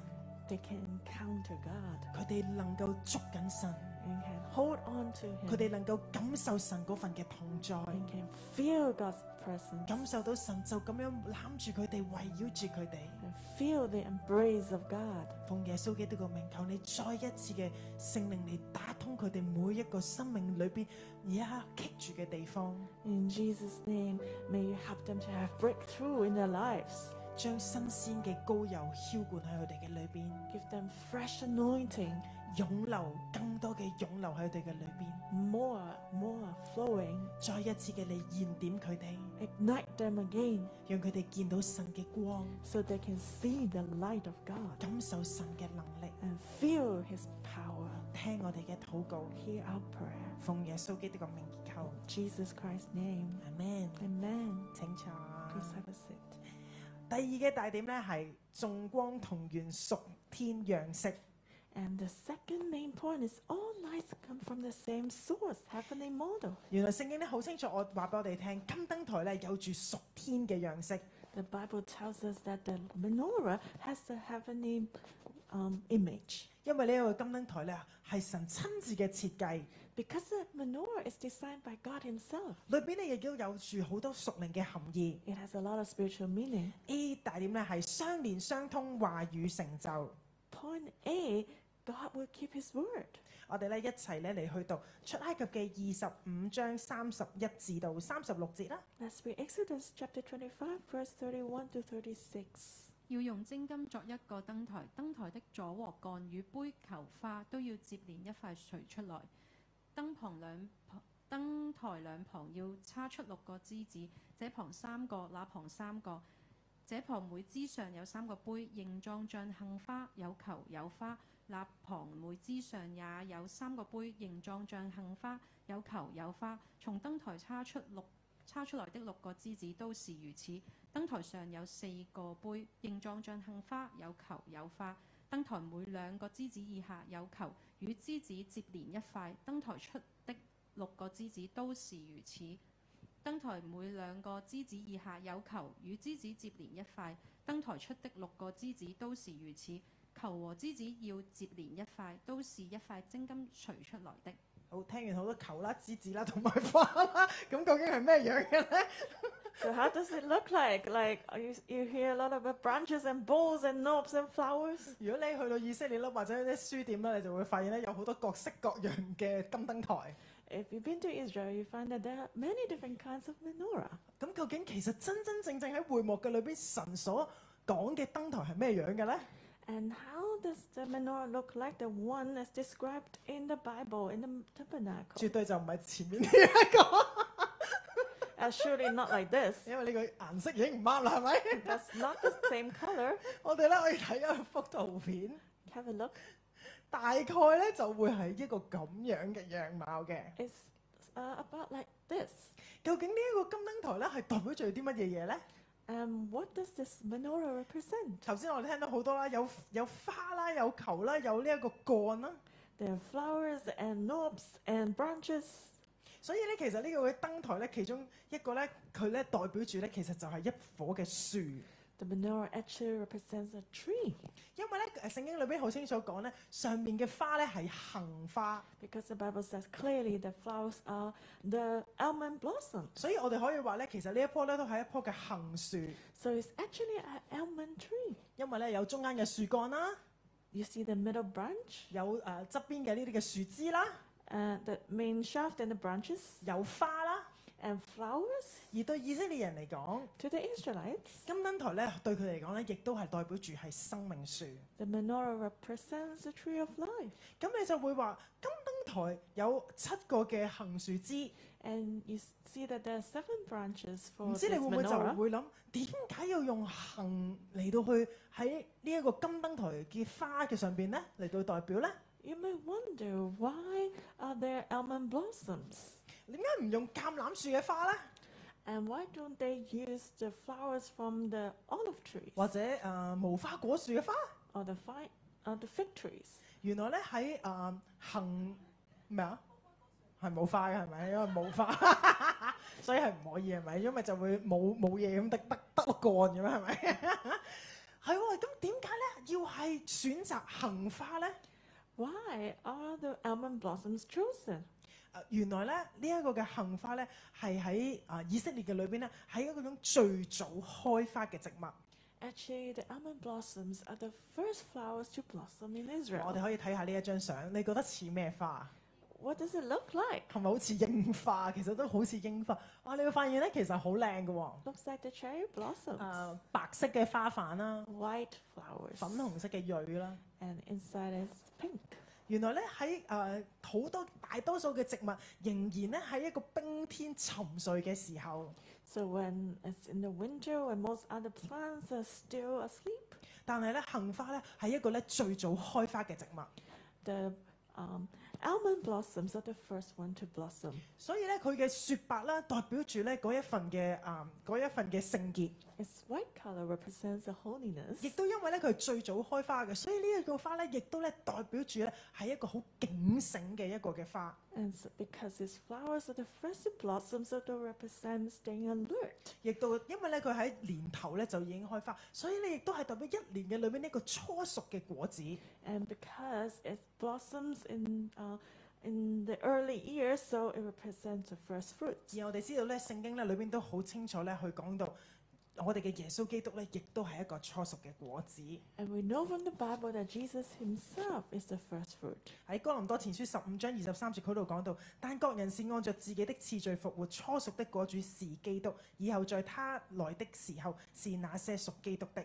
Speaker 1: They can encounter God
Speaker 3: 佢哋能夠捉緊神，
Speaker 1: and can hold on to Him
Speaker 3: 佢哋能夠感受神嗰份嘅同在，
Speaker 1: and can feel God's presence
Speaker 3: 感受到神就咁樣攬住佢哋，圍繞住佢哋。
Speaker 1: and feel the embrace of God.
Speaker 3: 奉耶穌基督個名，求你再一次嘅聖靈嚟打通佢哋每一個生命裏邊而家棘住嘅地方，
Speaker 1: In Jesus' name, may you help them to have breakthrough in their lives.
Speaker 3: 將新鮮嘅膏油澆灌喺佢哋嘅裏邊。
Speaker 1: Give them fresh anointing,
Speaker 3: 湧流，更多嘅湧流喺佢哋嘅裏邊，
Speaker 1: more, more flowing.
Speaker 3: 再一次嘅你燃點佢哋，
Speaker 1: Ignite them again
Speaker 3: 讓佢哋見到神嘅光，
Speaker 1: so they can see the light of God
Speaker 3: 感受神嘅能力，
Speaker 1: and feel His power.
Speaker 3: 聽我哋嘅禱告，
Speaker 1: Hear our prayer.
Speaker 3: 奉耶穌基督嘅名求，
Speaker 1: In Jesus Christ's name.
Speaker 3: 阿 man，
Speaker 1: Amen.
Speaker 3: 請坐。
Speaker 1: Please have a seat.
Speaker 3: 第二嘅大點呢係眾光同源屬天樣式。
Speaker 1: And the second main point is all lights come from the same source, heavenly model.
Speaker 3: 原來聖經呢好清楚，我話俾我哋聽，金燈台呢有住屬天嘅樣式。
Speaker 1: The Bible tells us that the menorah has a heavenly um, image.
Speaker 3: 因為呢個金燈台呢係神親自嘅設計，
Speaker 1: Because the menorah is designed by God Himself,
Speaker 3: 裏邊呢亦都有住好多屬靈嘅含義。
Speaker 1: it has a lot of spiritual meaning.
Speaker 3: A 大點咧係相連相通，話語成就。
Speaker 1: Point A God will keep His word.
Speaker 3: 我哋咧一齊咧嚟去讀出埃及嘅二十五章三十一至到三十六節啦。
Speaker 1: Let's read Exodus chapter 25, verse 31 to 36.
Speaker 4: 要用精金作一個燈台，燈台的左和幹與杯球花都要接連一塊垂出來。燈旁兩旁燈台兩旁要叉出六個枝子，這旁三個，那旁三個。這旁每枝上有三個杯，形狀像杏花，有球有花；那旁每枝上也有三個杯，形狀像杏花，有球有花。從燈台叉出六叉出來的六個枝子都是如此。燈台上有四個杯，形狀像杏花，有球有花。燈台每兩個枝子以下有球，與枝子接連一塊。燈台出的六個枝子都是如此。燈台每兩個枝子以下有球，與枝子接連一塊。燈台出的六個枝子都是如此。球和枝子要接連一塊，都是一塊精金除出來的。
Speaker 3: 好，聽完好多球啦、枝子啦同埋花啦，咁究竟係咩樣嘅咧？
Speaker 1: So how does it look like? Like uh, you, you hear a lot of uh, branches and balls and knobs and flowers.
Speaker 3: 如果你去到以色列啦，或者啲書店啦，你就會發現咧有好多各式各樣嘅金燈台。
Speaker 1: If you've been to Israel, you find that there are many different kinds of menorah.
Speaker 3: 咁究竟其實真真正正喺會幕嘅裏邊，神所講嘅燈台係咩樣嘅咧？
Speaker 1: And how does the menorah look like the one that's described in the Bible in the tabernacle?
Speaker 3: 絕對就唔係前面呢一 個，
Speaker 1: Uh, surely not like this.
Speaker 3: 因為呢個顏色已經唔啱啦，係咪？
Speaker 1: That's not the same color.
Speaker 3: 我哋咧可以睇一幅圖片。
Speaker 1: Have a look.
Speaker 3: 大概咧就會係一個咁樣嘅樣貌嘅。
Speaker 1: It's uh, about like this.
Speaker 3: 究竟呢一個金燈台咧係代表住啲乜嘢嘢咧？
Speaker 1: Um, what does this menorah represent?
Speaker 3: 頭先我哋聽到好多啦，有有花啦，有球啦，有呢一個幹啦。
Speaker 1: There are flowers and knobs and branches.
Speaker 3: 所以咧，其實呢個嘅燈台咧，其中一個咧，佢咧代表住咧，其實就係一棵嘅樹。
Speaker 1: The menorah actually represents a tree
Speaker 3: 因為咧誒聖經裏邊好清楚講咧，上面嘅花咧係杏花，
Speaker 1: because the Bible says clearly the flowers are the almond blossom.
Speaker 3: 所以我哋可以話咧，其實呢一棵咧都係一棵嘅杏樹，
Speaker 1: So it's actually an almond tree.
Speaker 3: 因為咧有中間嘅樹幹啦，
Speaker 1: You see the middle branch,
Speaker 3: 有誒呃側邊嘅呢啲嘅樹枝啦，
Speaker 1: uh, the main shaft and the branches
Speaker 3: 有花啦。
Speaker 1: and flowers.
Speaker 3: 而對以色列人嚟講，
Speaker 1: To the Israelites,
Speaker 3: 金燈台咧對佢嚟講咧，亦都係代表住係生命樹。
Speaker 1: the menorah represents the tree of life.
Speaker 3: 咁你就會話金燈台有七個嘅杏樹枝，
Speaker 1: And you s- see that there are seven branches
Speaker 3: 唔
Speaker 1: for
Speaker 3: 知
Speaker 1: this
Speaker 3: 你會唔會就
Speaker 1: menorah.
Speaker 3: 會諗點解要用杏嚟到去喺呢一個金燈台嘅花嘅上邊咧嚟到代表咧？
Speaker 1: You may wonder why are there almond blossoms
Speaker 3: 點解唔用橄欖樹嘅花咧？
Speaker 1: and why don't they use the flowers from the olive trees
Speaker 3: 或者誒、呃、無花果樹嘅花？
Speaker 1: or the fi- or the fig trees?
Speaker 3: 原來咧喺誒杏咩啊？係冇花嘅係咪？因為冇花， 所以係唔可以係咪？因為就會冇冇嘢咁得得得個幹咁樣係咪？ 係喎，咁點解咧要係選擇杏花咧？
Speaker 1: Why are the almond blossoms chosen?
Speaker 3: 呃原來咧呢一、個嘅杏花咧係喺啊以色列嘅裏邊咧係一個種最早開花嘅植物。
Speaker 1: Actually, the almond blossoms are the first flowers to blossom in
Speaker 3: 我哋
Speaker 1: Israel.
Speaker 3: 可以睇下呢一張相，你覺得似咩花？啊
Speaker 1: What does it look like?
Speaker 3: 係咪好似櫻花？其實都好似櫻花。哇！你會發現咧，其實好靚嘅喎。
Speaker 1: Looks like the cherry
Speaker 3: 誒、
Speaker 1: blossoms,
Speaker 3: 白色嘅花瓣啦，
Speaker 1: white flowers,
Speaker 3: 粉紅色嘅蕊啦。
Speaker 1: and inside is pink.
Speaker 3: 原來咧喺誒好多大多數嘅植物仍然咧喺一個冰天沉睡嘅時候，
Speaker 1: So when it's in the winter, when most other plants are still asleep,
Speaker 3: 但係咧杏花咧係一個咧最早開花嘅植物，
Speaker 1: the um, almond blossoms are the first one to blossom.
Speaker 3: 所以咧佢嘅雪白啦代表住咧嗰一份嘅誒嗰一份嘅聖潔，
Speaker 1: Its white color represents the holiness,
Speaker 3: 亦都因為咧佢係最早開花嘅，所以呢一個花咧亦都咧代表住咧係一個好警醒嘅一個嘅花。
Speaker 1: and s because its flowers are the first to blossom, so they represent staying alert.
Speaker 3: 亦都因為咧佢喺年頭咧就已經開花，所以咧亦都係代表一年嘅裏面呢個初熟嘅果子。
Speaker 1: And because it blossoms in uh, in the early years, so it represents the first fruits.
Speaker 3: 而我哋知道咧聖經咧裏邊都好清楚咧去講到，我哋嘅耶穌基督咧亦都係一個初熟嘅果子。
Speaker 1: And we know from the Bible that Jesus Himself is the first fruit.
Speaker 3: 喺哥林多前書十五章二十三節嗰度講到，但各人是按着自己的次序復活，初熟的果主是基督，以後在他來的時候是那些屬基督的。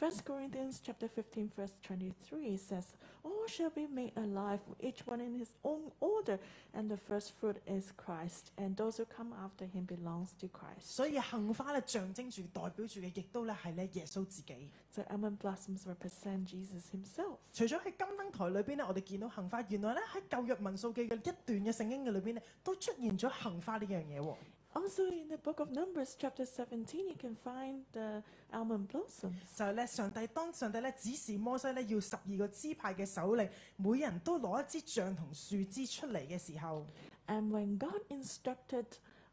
Speaker 1: First Corinthians chapter 15 verse 23 says, "All shall be made alive, each one in his own order, and the first fruit is Christ, and those who come after him belongs to Christ."
Speaker 3: 所以杏花咧象徵住代表住嘅，亦都咧係咧耶穌自己。
Speaker 1: So almond blossoms represent Jesus himself.
Speaker 3: 除咗喺金燈台裏邊咧，我哋見到杏花，原來咧喺舊約民數記嘅一段嘅聖經嘅裏邊咧，都出現咗杏花呢樣嘢喎。
Speaker 1: Also in the book of Numbers chapter 17 you can find the almond blossoms.
Speaker 3: 就係咧，上帝當上帝咧指示摩西咧要十二個支派嘅首領，每人都攞一支杖同樹枝出嚟嘅時候，
Speaker 1: And when God instructed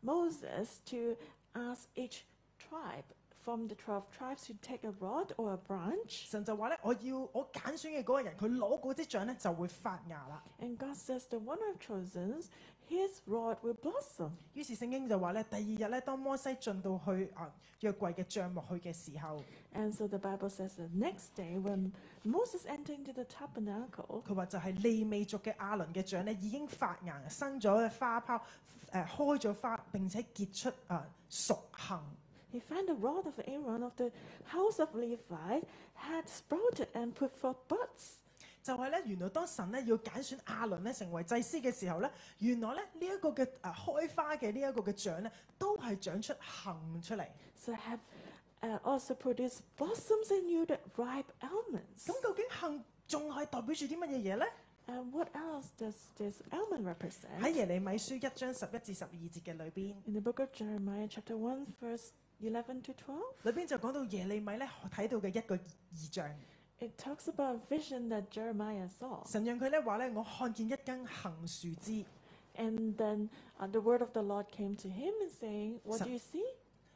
Speaker 1: Moses to ask each tribe from the 12 tribes to take a rod or a branch,
Speaker 3: 神就話咧：我要我揀選嘅嗰個人，佢攞嗰支杖咧就會發芽啦。
Speaker 1: And God says, The one I've chosen, his rod will blossom.
Speaker 3: 於是聖經就話咧，第二日咧，當摩西進到去啊約櫃嘅帳幕去嘅時候，
Speaker 1: And so the Bible says the next day when Moses entered into the tabernacle,
Speaker 3: 佢話就係利未族嘅亞倫嘅杖咧，已經發芽，生咗花泡，誒、開咗花，並且結出啊熟杏。
Speaker 1: he found the rod of Aaron of the house of Levi had sprouted and put forth buds.
Speaker 3: 就係咧，原來當神咧要揀選亞倫咧成為祭司嘅時候咧，原來咧呢一個嘅誒、啊開花嘅呢一個嘅杖咧，都係長出杏出嚟。
Speaker 1: So have uh, also produced blossoms and yielded ripe almonds.
Speaker 3: 咁究竟杏仲係代表住啲乜嘢嘢咧？
Speaker 1: And Um, what else does this almond
Speaker 3: 喺
Speaker 1: represent?
Speaker 3: 耶利米書一章十一至十二節嘅裏邊，
Speaker 1: In the book of Jeremiah, chapter 1, verse 11 to 12,
Speaker 3: 裏邊就講到耶利米咧睇到嘅一個異象，
Speaker 1: it talks about a vision that Jeremiah saw.
Speaker 3: 神讓佢咧話咧，我看見一根杏樹枝。
Speaker 1: And then uh, the word of the Lord came to him and saying, What
Speaker 3: So-
Speaker 1: do you see?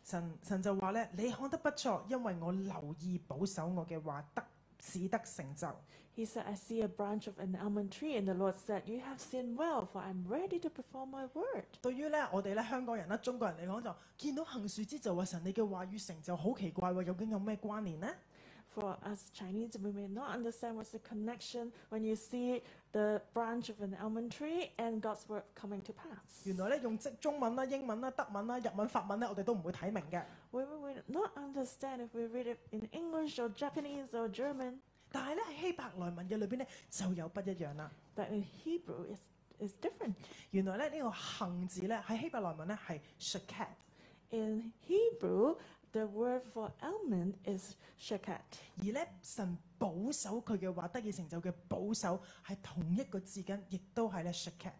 Speaker 3: 神神就話咧：你看得不錯，因為我留意保守我嘅話，得使得成就。
Speaker 1: He said, I see a branch of an almond tree, and the Lord said, You have seen well, for I'm ready to perform my word.
Speaker 3: 對於咧我哋咧香港人啦、中國人嚟講就見到杏樹枝就話神你嘅話與成就好奇怪喎，究竟有咩關聯呢？
Speaker 1: For us Chinese, we may not understand what's the connection when you see the branch of an almond tree and God's word coming to pass.
Speaker 3: 原來咧用即中文啦、英文啦、德文啦、日文、法文咧，我哋都唔會睇明嘅。
Speaker 1: We will not understand if we read it in English or Japanese or German,
Speaker 3: 但係咧喺希伯來文嘅裏邊咧就有不一樣啦。
Speaker 1: but in Hebrew, it's, it's different.
Speaker 3: 原來咧呢、個杏字咧喺希伯來文咧係 shakat，
Speaker 1: In Hebrew, the word for almond is shekat.
Speaker 3: 而咧神保守佢嘅話得以成就嘅保守係同一個字根，亦都係咧 shakat。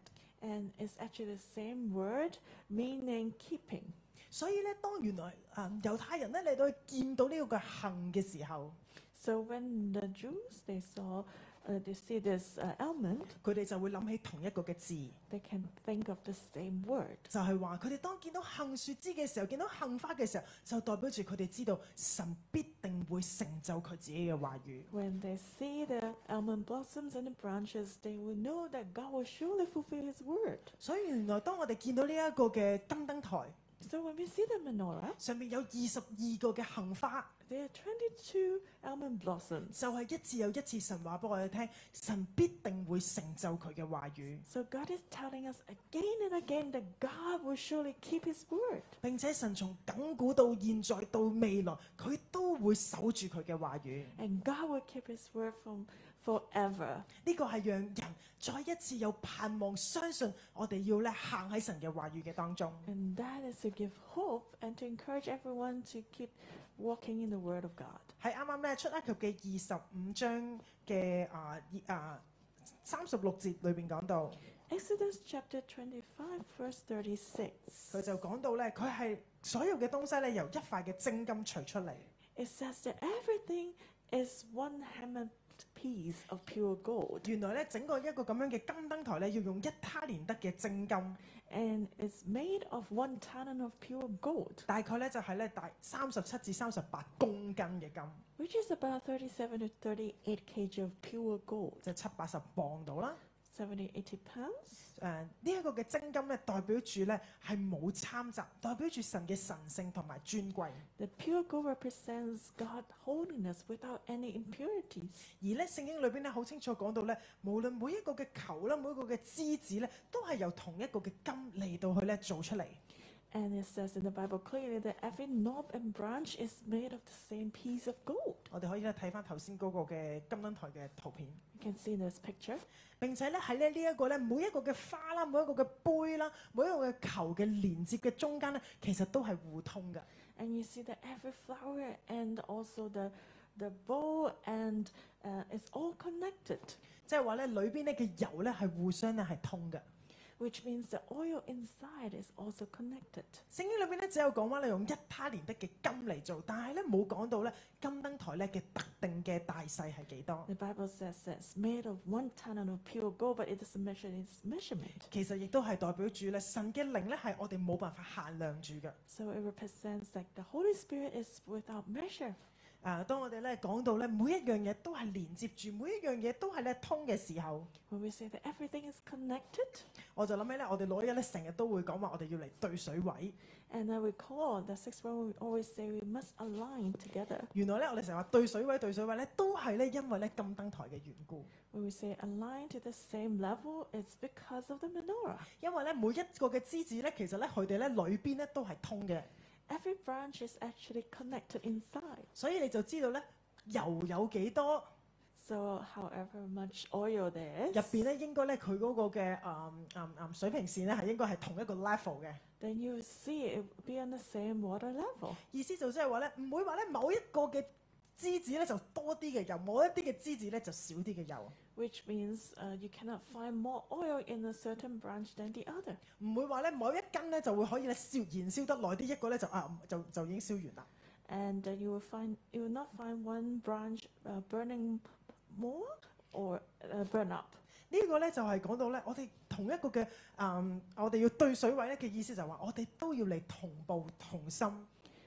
Speaker 1: And it's actually the same word meaning keeping.
Speaker 3: 所以咧，當原來啊、猶太人咧嚟到去見到呢個嘅杏嘅時候，
Speaker 1: So when the Jews they saw, uh, they see this uh, almond,
Speaker 3: 佢哋就會諗起同一個嘅字，
Speaker 1: they can think of the same word.
Speaker 3: 就係話佢哋當見到杏樹枝嘅時候，見到杏花嘅時候，就代表住佢哋知道神必定會成就佢自己嘅話語。
Speaker 1: When they see the almond blossoms and the branches, they will know that God will surely fulfill His word.
Speaker 3: 所以原來當我哋見到呢一個嘅燈燈台
Speaker 1: So when we see the menorah,
Speaker 3: 上面有二十二個嘅杏花，
Speaker 1: there are 22 almond blossoms.
Speaker 3: 就係、一次又一次神話俾我哋聽，神必定會成就佢嘅話語。
Speaker 1: So God is telling us again and again that God will surely keep His word.
Speaker 3: 並且神從亘古到現在到未來，佢都會守住佢嘅話語。
Speaker 1: And God will keep His word from forever.
Speaker 3: 呢個係讓人再一次有盼望，相信我哋要咧行喺神嘅話語嘅當中。
Speaker 1: And that is to give hope and to encourage everyone to keep walking in the word of God.
Speaker 3: 喺啱啱咧出埃及嘅二十五章嘅啊二啊三十六節裏邊講到，
Speaker 1: Exodus chapter 25, verse 36.
Speaker 3: 佢就講到咧，佢係所有嘅東西咧由一塊嘅精金除出嚟，
Speaker 1: It says that everything is one hammered piece of pure gold,
Speaker 3: 原來咧整個一個咁樣嘅金燈台咧要用一他連得嘅精金，
Speaker 1: and it's made of one talent of pure gold,
Speaker 3: 大概咧就係咧大三十七至三十八公斤嘅金，
Speaker 1: which is about 37 to 38 kg of pure gold,
Speaker 3: 即係七八十磅到啦。
Speaker 1: 70, 80 pounds.
Speaker 3: 誒呢一個嘅精金咧，代表住咧係冇參雜，代表住神嘅神性同埋尊貴。而
Speaker 1: The pure gold represents God's holiness without any impurities.
Speaker 3: 咧聖經裏邊咧好清楚講到咧，無論每一個嘅球啦，每一個嘅枝子咧，都係由同一個嘅金嚟到去咧做出嚟。
Speaker 1: And it says in the Bible clearly that every knob and branch is made of the same piece of gold.
Speaker 3: 我哋可以咧睇翻頭先嗰個嘅金燈台嘅圖片。
Speaker 1: You can see in this picture.
Speaker 3: 並且咧喺咧呢一個咧每一個嘅花啦，每一個嘅杯啦，每一個嘅球嘅連接嘅中間咧，其實都係互通嘅。
Speaker 1: And you see that every flower and also the the bowl and uh, it's all connected,
Speaker 3: 即係話咧裏邊咧嘅油咧係互相咧係通嘅。
Speaker 1: which means the oil inside is also connected.
Speaker 3: 聖經裏邊咧只有講話你用一他連得嘅金嚟做，但係咧冇講到咧金燈台咧嘅特定嘅大細係幾多。
Speaker 1: The Bible says that it's made of one ton of pure gold, but it doesn't measure its measurement.
Speaker 3: 其實亦都係代表住咧神嘅靈咧係我哋冇辦法限量住嘅。
Speaker 1: So it represents that the Holy Spirit is without measure.
Speaker 3: 啊，當我哋咧講到咧每一樣嘢都係連接住，每一樣嘢都係咧通嘅時候，
Speaker 1: When we say that everything is connected,
Speaker 3: 我就諗起咧我哋攞一咧成日都會講話我哋要嚟對水位。
Speaker 1: and I recall the sixth one we always say we must align together.
Speaker 3: 原來咧我哋成日話對水位對水位咧都係咧因為咧金燈台嘅緣故，
Speaker 1: When we say align to the same level, it's because of the menorah.
Speaker 3: 因為咧每一個嘅枝子咧其實咧佢哋咧裏邊咧都係通嘅。
Speaker 1: Every branch is actually connected inside.
Speaker 3: 所以你就知道咧油有幾多，
Speaker 1: So, however much oil there
Speaker 3: 入
Speaker 1: is,
Speaker 3: 邊咧應該咧佢嗰個嘅誒誒誒水平線咧係應該係同一個 level 嘅。
Speaker 1: then you see it would be on the same water level.
Speaker 3: 意思就即係話咧，唔會話咧某一個嘅枝子咧就多啲嘅油，某一啲嘅枝子咧就少啲嘅油，
Speaker 1: Which means uh, you cannot find more oil in a certain branch than the other.
Speaker 3: 唔會話咧某一根咧就會可以咧燒燃燒得耐啲，一個咧就啊就就已經燒完啦。
Speaker 1: And uh, you will find you will not find one branch uh, burning more or uh, burn up.
Speaker 3: 呢個咧就係講到咧，我哋同一個嘅誒、嗯我哋要對水位咧嘅意思就係話，我哋都要嚟同步同心。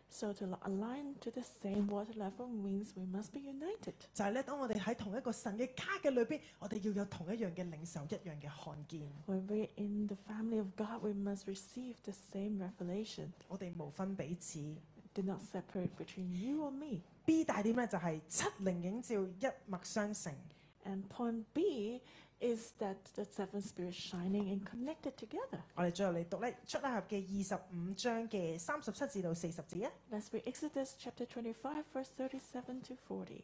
Speaker 1: So to li- align to the same water level means we must be united.
Speaker 3: 就係咧，當我哋喺同一個神嘅家嘅裏邊，我哋要有同一樣嘅領受，一樣嘅看見。
Speaker 1: When we're in the family of God, we must receive the same revelation.
Speaker 3: 我哋無分彼此。
Speaker 1: Do not separate between you or me.
Speaker 3: B 大點咧就係七靈影照一脈相承。
Speaker 1: And point B is that the seven spirits shining and connected together.
Speaker 3: 我哋最後嚟讀咧出埃及嘅二十五章嘅三十七至到四十節啊。
Speaker 1: Let's read Exodus chapter 25, verse 37 to 40.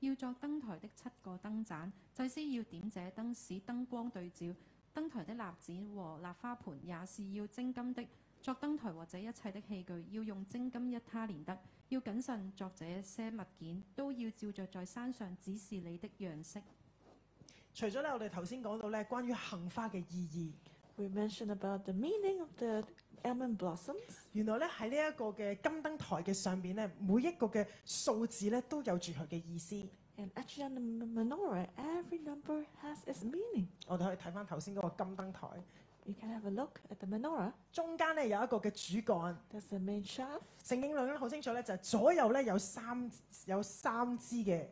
Speaker 4: 要作燈台的七個燈盞，祭司要點這燈，使燈光對照。燈台的蠟子和蠟花盤也是要精金的。作燈台或者一切的器具，要用精金一他連得。要謹慎作這些物件，都要照着在山上指示你的樣式。
Speaker 3: 除咗咧，我哋頭先講到咧關於杏花嘅意義，
Speaker 1: We mentioned about the meaning of the almond blossoms.
Speaker 3: 原來咧喺呢一個嘅金燈台嘅上邊咧，每一個嘅數字咧都有住佢嘅意思。
Speaker 1: And actually, on the m- menorah, every number has its meaning.
Speaker 3: 我哋可以睇翻頭先嗰個金燈台，
Speaker 1: You can have a look at the menorah.
Speaker 3: 中間咧有一個嘅主幹。
Speaker 1: There's the main shaft,
Speaker 3: 聖經裏咧好清楚咧，就係、左右咧有三有三支嘅，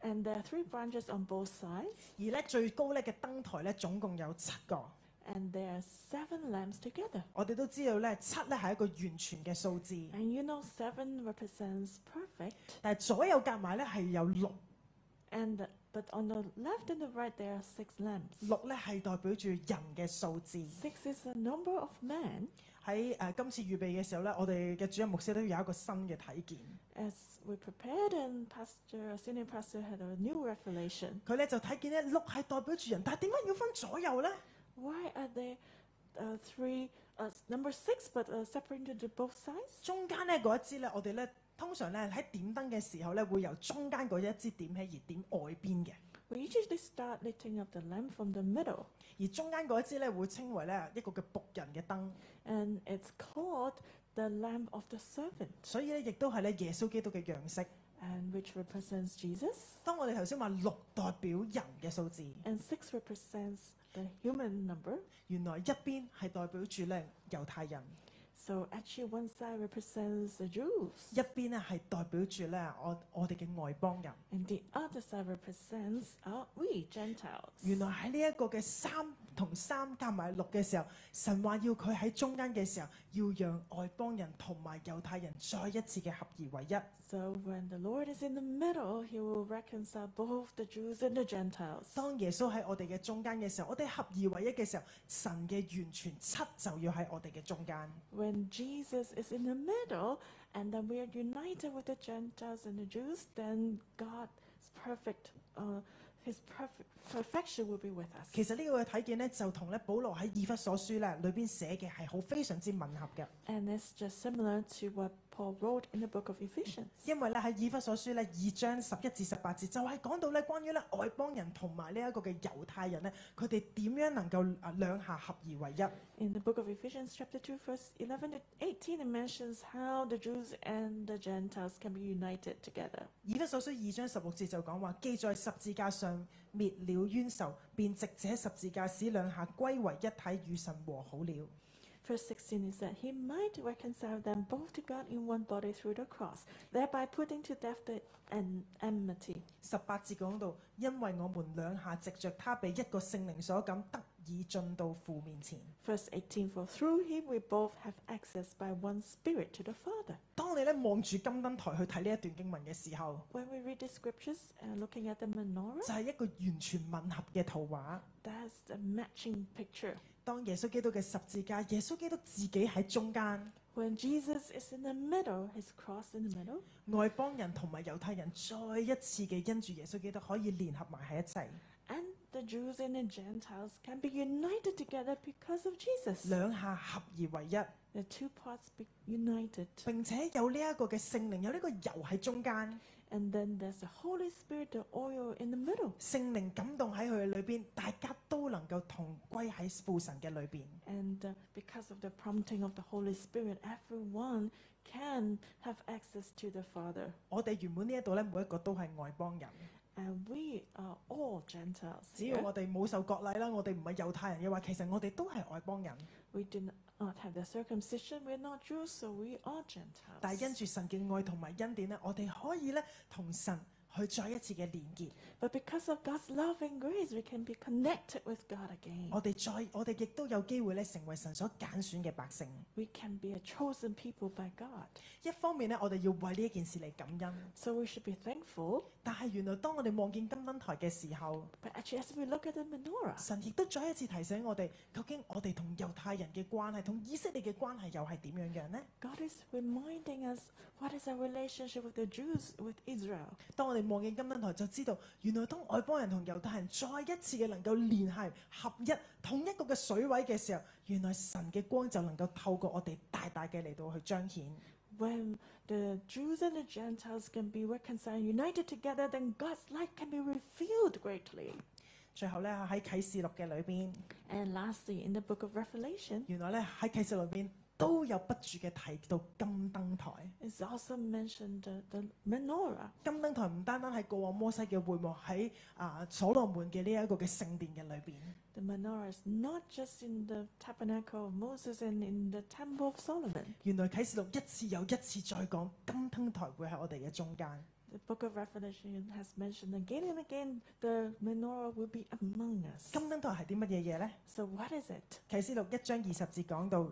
Speaker 1: and there are three branches on both sides,
Speaker 3: 而咧最高咧嘅燈台咧總共有七個。
Speaker 1: and there are seven lamps together.
Speaker 3: 我哋都知道咧，七咧係一個完全嘅數字，
Speaker 1: And you know, seven represents perfect,
Speaker 3: 但係左右夾埋咧係有六，
Speaker 1: and the- but on the left and the right there are six lamps.
Speaker 3: 六咧係代表住人嘅數字。
Speaker 1: Six is the number of man.
Speaker 3: 喺誒、呃今次預備嘅時候咧，我哋嘅主任牧師都有一個新嘅睇見。
Speaker 1: As we prepared, and pastor, senior pastor had a new revelation.
Speaker 3: 佢咧就睇見咧六係代表住人，但係點解要分左右咧？
Speaker 1: Why are there uh, three, uh, s- number six, but uh, separated to both sides?
Speaker 3: 中間咧嗰一支咧，我哋咧通常咧喺點燈嘅時候咧，會由中間嗰一支點起，而點外邊嘅。
Speaker 1: We usually start lighting up the lamp from the middle,
Speaker 3: 而中間嗰一支咧會稱為咧一個嘅仆人嘅燈，
Speaker 1: and it's called the lamp of the servant,
Speaker 3: 所以咧亦都係咧耶穌基督嘅樣式。
Speaker 1: and which represents Jesus,
Speaker 3: 當我哋頭先話六代表人嘅數字，
Speaker 1: and six represents the human number.
Speaker 3: 原來一邊係代表住咧猶太人，
Speaker 1: So actually, one side represents the Jews,
Speaker 3: 一邊咧係代表住咧我我哋嘅外邦人。
Speaker 1: and the other side represents uh, we Gentiles.
Speaker 3: 原來喺呢一個嘅三同三加埋六嘅時候，神話要佢喺中間嘅時候，要讓外邦人同埋猶太人再一次嘅合而為一。
Speaker 1: So when the Lord is in the middle, He will reconcile both the Jews and the Gentiles.
Speaker 3: 當耶穌喺我哋嘅中間嘅時候，我哋合而為一嘅時候，神嘅完全七就要喺我哋嘅中間。
Speaker 1: When Jesus is in the middle, and then we are united with the Gentiles and the Jews, then God's perfect, uh, His perfect perfection will be with us.
Speaker 3: 其實呢個嘅睇見呢，就同咧保羅喺以弗所書咧裏邊寫嘅係好非常之吻合嘅，
Speaker 1: And it's just similar to what Paul wrote in the book of Ephesians.
Speaker 3: 因為咧喺以弗所書咧二章十一至十八節就係、講到咧關於咧外邦人同埋呢一個嘅猶太人咧，佢哋點樣能夠啊兩下合而為一。
Speaker 1: In the book of Ephesians, chapter 2, verse 11 to 18, it mentions how the Jews and the Gentiles can be united together.
Speaker 3: 以弗所書二章十六節就講話，既在十字架上滅了冤仇，便藉這十字架使兩下歸為一體，與神和好了。
Speaker 1: Verse 16 is that he might reconcile them both to God in one body through the cross, thereby putting to death the en- enmity.
Speaker 3: 十八節講到，因為我們兩下藉着他被一個聖靈所感，得以進到父面前。
Speaker 1: Verse 18 For through him we both have access by one Spirit to the Father.
Speaker 3: 當你咧望住金燈台去睇呢一段經文嘅時候，
Speaker 1: When we read the scriptures and looking at the menorah,
Speaker 3: 就係、一個完全吻合嘅圖畫。
Speaker 1: that's the matching picture.
Speaker 3: 當耶穌基督嘅十字架，耶穌基督自己喺中間，
Speaker 1: When Jesus is in the middle, his cross in the middle,
Speaker 3: 外邦人同埋猶太人再一次嘅因住耶穌基督可以聯合埋喺一齊，
Speaker 1: and the Jews and the Gentiles can be united together because of Jesus.
Speaker 3: 兩下合而為一。
Speaker 1: The two parts be united.
Speaker 3: 並且有呢一個嘅聖靈，有呢個油喺中間，
Speaker 1: And then there's the Holy Spirit, the oil in the middle.
Speaker 3: 聖靈感動喺佢裏邊，大家都能夠同歸喺父神嘅裏邊。
Speaker 1: And uh, because of the prompting of the Holy Spirit, everyone can have access to the Father.
Speaker 3: 我哋原本呢一度咧，每一個都係外邦人。
Speaker 1: And we are all Gentiles.
Speaker 3: 只要
Speaker 1: here.
Speaker 3: 我哋冇受割禮啦，我哋唔係猶太人嘅話，其實我哋都係外邦人。
Speaker 1: We do not, not have the circumcision. We're not Jews, so we are
Speaker 3: 但係因
Speaker 1: Gentiles.
Speaker 3: 住神嘅愛同埋恩典咧，我哋可以咧同神去再一次嘅連結，
Speaker 1: But because of God's love and grace, we can be connected with God again.
Speaker 3: 我哋再我哋亦都有機會咧成為神所揀選嘅百姓。
Speaker 1: We can be a chosen people by God.
Speaker 3: 一方面咧，我哋要為呢一件事嚟感恩，
Speaker 1: So we should be thankful.
Speaker 3: 但係原來當我哋望見金燈台嘅時候，
Speaker 1: But actually, as we look at the menorah,
Speaker 3: 神亦都再一次提醒我哋，究竟我哋同猶太人嘅關係，同以色列嘅關係又係點樣樣呢？
Speaker 1: God is reminding us what is our relationship with the Jews, with Israel.
Speaker 3: 當我哋望見金燈台，就知道原來當外邦人同猶太人再一次嘅能夠聯繫合一同一個嘅水位嘅時候，原來神嘅光就能夠透過我哋大大嘅嚟到去彰顯。
Speaker 1: When the Jews and the Gentiles can be reconciled, united together, then God's light can be revealed greatly.
Speaker 3: 最後咧喺啟示錄嘅裏邊，
Speaker 1: And lastly, in the book of Revelation,
Speaker 3: 原來咧喺啟示錄裏邊都有不住嘅提到金燈台。
Speaker 1: it's also mentioned the, the menorah.
Speaker 3: 金燈台唔單單係過往摩西嘅會幕喺啊所羅門嘅呢一個嘅聖殿嘅裏邊，
Speaker 1: The menorah is not just in the tabernacle of Moses and in the temple of Solomon.
Speaker 3: 原來啟示錄一次又一次再講金燈台會喺我哋嘅中間。
Speaker 1: The book of Revelation has mentioned again and again the menorah will be among us.
Speaker 3: 金燈台係啲乜嘢嘢呢？
Speaker 1: So what is it?
Speaker 3: 啟示錄一章二十節講到，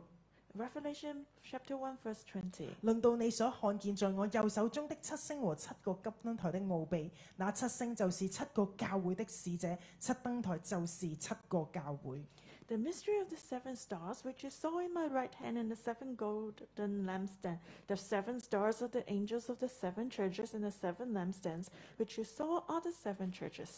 Speaker 1: Revelation chapter 1 verse 20.
Speaker 3: 論到你所看見在我右手中的七星和七個金燈台的奧秘，那七星就是七個教會的使者，七燈台就是七個教會。
Speaker 1: The mystery of the seven stars which you saw in my right hand and the seven golden lampstands. The seven stars are the angels of the seven churches and the seven lampstands which you saw are the seven churches.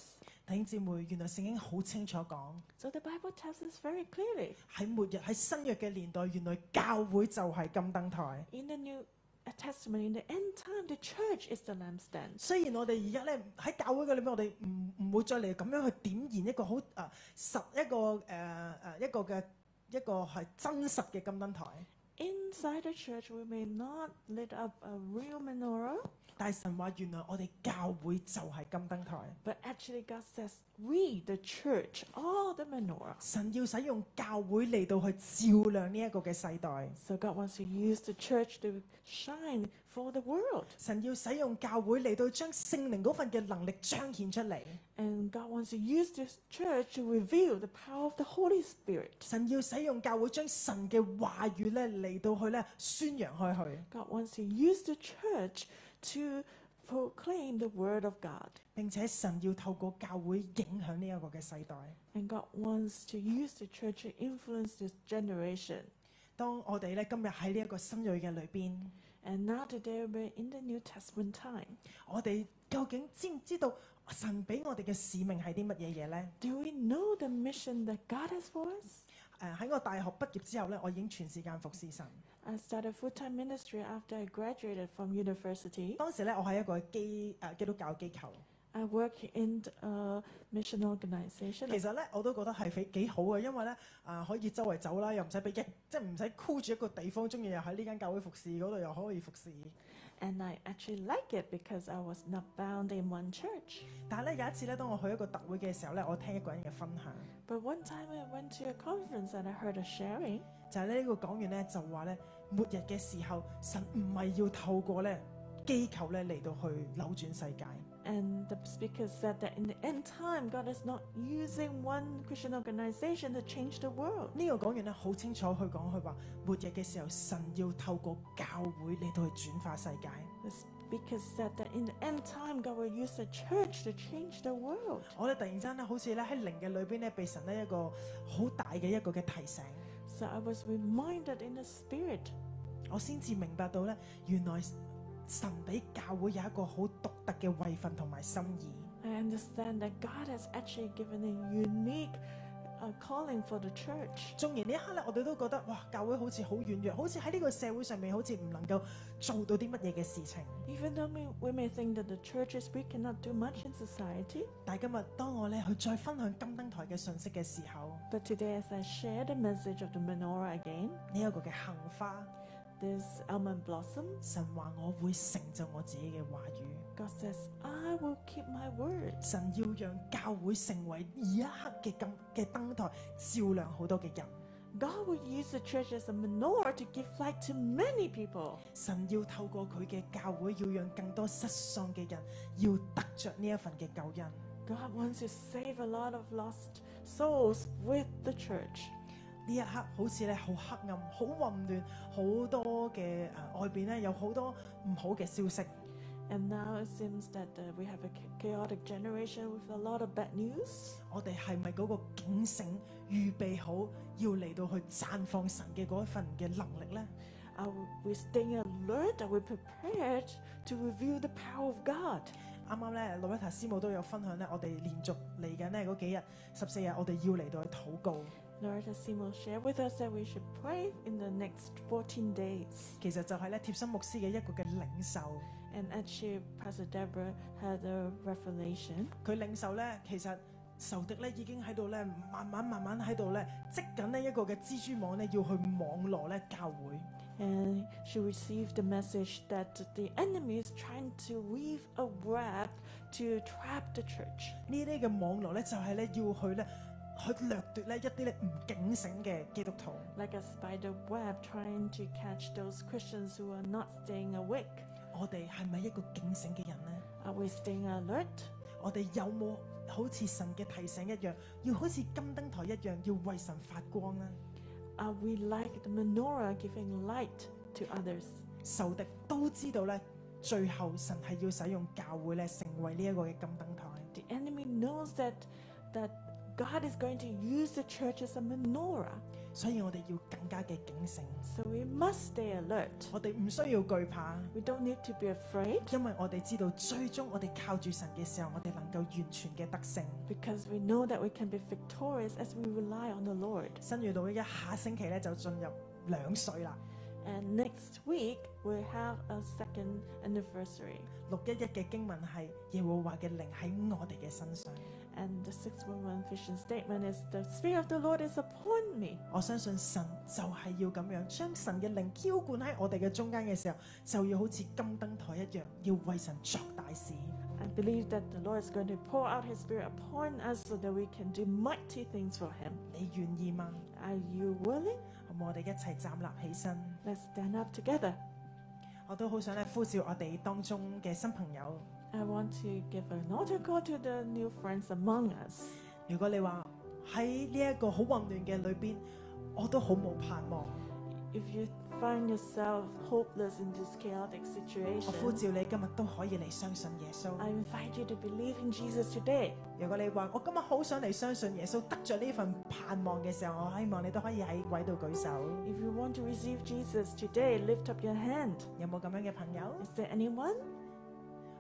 Speaker 3: 弟兄姊妹，原來聖經好清楚講
Speaker 1: So the Bible tells us very clearly
Speaker 3: 喺末日喺新約嘅年代，原來教會就係金燈台。
Speaker 1: in the New uh, Testament, in the end time, the church is the lampstand.
Speaker 3: 雖然我哋而家咧喺教會嘅裏面，我哋唔唔會再嚟咁樣去點燃一個好誒、呃實一個誒誒、呃一個嘅一個係真實嘅金燈台，
Speaker 1: Inside the church, we may not lit up a real menorah,
Speaker 3: 但係神話原來我哋教會就係金燈台，
Speaker 1: but actually, God says we, the church, are the menorah.
Speaker 3: 神要使用教會嚟到去照亮呢一個嘅世代，
Speaker 1: So God wants to use the church to shine for the world,
Speaker 3: 神要使用教會嚟到將聖靈嗰份嘅能力彰顯出嚟，
Speaker 1: and God wants to use this church to reveal the power of the Holy Spirit.
Speaker 3: 神要使用教會將神嘅話語咧嚟到去咧宣揚開去。
Speaker 1: God wants to use the church to proclaim the word of God.
Speaker 3: 並且神要透過教會影響呢一個嘅世代。
Speaker 1: And God wants to use the church to influence this generation.
Speaker 3: 當我哋咧今日喺呢一個新锐嘅裏邊，
Speaker 1: And now today we're in the New Testament time.
Speaker 3: 我哋究竟知唔知道神俾我哋嘅使命係啲乜嘢嘢呢？
Speaker 1: Do we know the mission that God has for us?
Speaker 3: 誒、喺我大學畢業之後咧，我已經全時間服侍神。
Speaker 1: I started full-time ministry after I graduated from university.
Speaker 3: 當時咧，我喺一個基誒、基督教機構，
Speaker 1: I work in a mission organization.
Speaker 3: 其實咧我都覺得係幾幾好嘅，因為咧啊、可以周圍走啦，又唔使俾一 即係唔使箍住一個地方，中意又喺呢間教會服侍，嗰度又可以服侍。
Speaker 1: And I actually like it because I was not bound in one church.
Speaker 3: 但係咧有一次咧，當我去一個特會嘅時候咧，我聽一個人嘅分享。
Speaker 1: But one time I went to a conference and I heard a sharing
Speaker 3: 就係呢個講員咧就話咧，末日嘅時候，神唔係要透過咧機構咧嚟到去扭轉世界，
Speaker 1: And the speaker said that in the end time, God is not using one Christian organization to change the world.
Speaker 3: 呢、個講員咧好清楚去講佢話，末日嘅時候，神要透過教會嚟到去轉化世界。
Speaker 1: The speaker said that in the end time, God will use the church to change the world.
Speaker 3: 我哋突然之間咧，好似咧喺靈嘅裏邊咧，被神咧一個好大嘅一個嘅提醒，
Speaker 1: So I was reminded in the spirit.
Speaker 3: 我先至明白到咧，原來神俾教會有一個好獨特嘅位份同埋心意。
Speaker 1: I understand that God has actually given a unique uh, calling for the church.
Speaker 3: 縱然呢一刻咧，我哋都覺得哇，教會好似好軟弱，好似喺呢個社會上面好似唔能夠做到啲乜嘢嘅事情。
Speaker 1: Even though we, we may think that the church is weak and not do much in society,
Speaker 3: 但係今日當我咧去再分享金燈台嘅信息嘅時候，
Speaker 1: but today, as I share the message of the menorah again,
Speaker 3: 呢、一個嘅杏花，
Speaker 1: this almond blossom
Speaker 3: 神話我會成就我自己嘅話語，
Speaker 1: God says, I will keep my word.
Speaker 3: 神要讓教會成為呢一刻嘅金嘅燈台，照亮好多嘅人。
Speaker 1: God will use the church as a menorah to give light to many people.
Speaker 3: 神要透過佢嘅教會，要讓更多失喪嘅人要得着呢一份嘅救恩。
Speaker 1: God wants to save a lot of lost souls with the church.
Speaker 3: 呢一刻好似咧好黑暗、好混亂，好多嘅誒、呃外邊咧有好多唔好嘅消息。
Speaker 1: And now it seems that uh, we have a cha- chaotic generation with a lot of bad news.
Speaker 3: 我哋係咪嗰個警醒預備好，要嚟到去綻放神嘅嗰一份嘅能力呢？
Speaker 1: Are we staying alert? Are we prepared to reveal the power of God?
Speaker 3: 啱啱咧，路一塔師母都有分享咧，我哋連續嚟緊呢嗰幾日十四日，我哋要嚟到去禱告。
Speaker 1: Loretta Sim will share with us that we should pray in the next 14 days.
Speaker 3: 其實就係咧貼心牧師嘅一個嘅領袖，
Speaker 1: And actually, Pastor Deborah had a revelation
Speaker 3: 佢領袖咧其實仇敵咧已經喺度咧慢慢慢慢喺度咧織緊呢一個嘅蜘蛛網咧，要去網羅咧教會。
Speaker 1: and she received the message that the enemy is trying to weave a web to trap the church.
Speaker 3: 呢啲嘅網絡咧，就係咧要去咧去掠奪咧一啲咧唔警醒嘅基督徒。
Speaker 1: Like a spider web trying to catch those Christians who are not staying awake.
Speaker 3: 我哋係咪一個警醒嘅人呢？
Speaker 1: Are we staying alert?
Speaker 3: 我哋有冇好似神嘅提醒一樣，要好似金燈台一樣，要為神發光啊呢？
Speaker 1: Are we like the menorah giving light to others?
Speaker 3: 仇敵都知道咧，最後神係要使用教會咧，成為呢一個嘅金燈台。
Speaker 1: The enemy knows that that God is going to use the church as a menorah.
Speaker 3: 所以我哋要更加嘅警醒，
Speaker 1: So we must stay alert.
Speaker 3: 我哋唔需要懼怕，
Speaker 1: We don't need to be afraid
Speaker 3: 因為我哋知道最終我哋靠住神嘅時候，我哋能夠完全嘅得勝。
Speaker 1: because we know that we can be victorious as we rely on the Lord.
Speaker 3: 新月到一下星期咧就進入兩歲啦，
Speaker 1: And next week we have a second anniversary.
Speaker 3: 六一一嘅經文係耶和華嘅靈喺我哋嘅身上，
Speaker 1: And the 611 vision statement is the Spirit of the Lord is upon me.
Speaker 3: 我相信神就係要咁樣將神嘅靈澆灌喺我哋嘅中間嘅時候，就要好似金燈台一樣，要為神作大事。
Speaker 1: I believe that the Lord is going to pour out His Spirit upon us so that we can do mighty things for Him.
Speaker 3: 你願意嗎？
Speaker 1: Are you willing?
Speaker 3: 好唔好我哋一齊站立起身，
Speaker 1: Let's stand up together.
Speaker 3: 我都好想咧呼召我哋當中嘅新朋友。
Speaker 1: I want to give an altar call to the new friends among us.
Speaker 3: 如果你話喺呢一個好混亂嘅裏邊，我都好冇盼望。
Speaker 1: If you find yourself hopeless in this chaotic
Speaker 3: 我呼
Speaker 1: situation,
Speaker 3: 召你今日都可以嚟相信耶穌。
Speaker 1: I invite you to believe in Jesus today.
Speaker 3: 如果你話我今日好想嚟相信耶穌，得着呢份盼望嘅時候，我希望你都可以喺位度舉手。
Speaker 1: If you want to receive Jesus today, lift up your hand.
Speaker 3: 有冇咁樣嘅朋友？
Speaker 1: Is there anyone?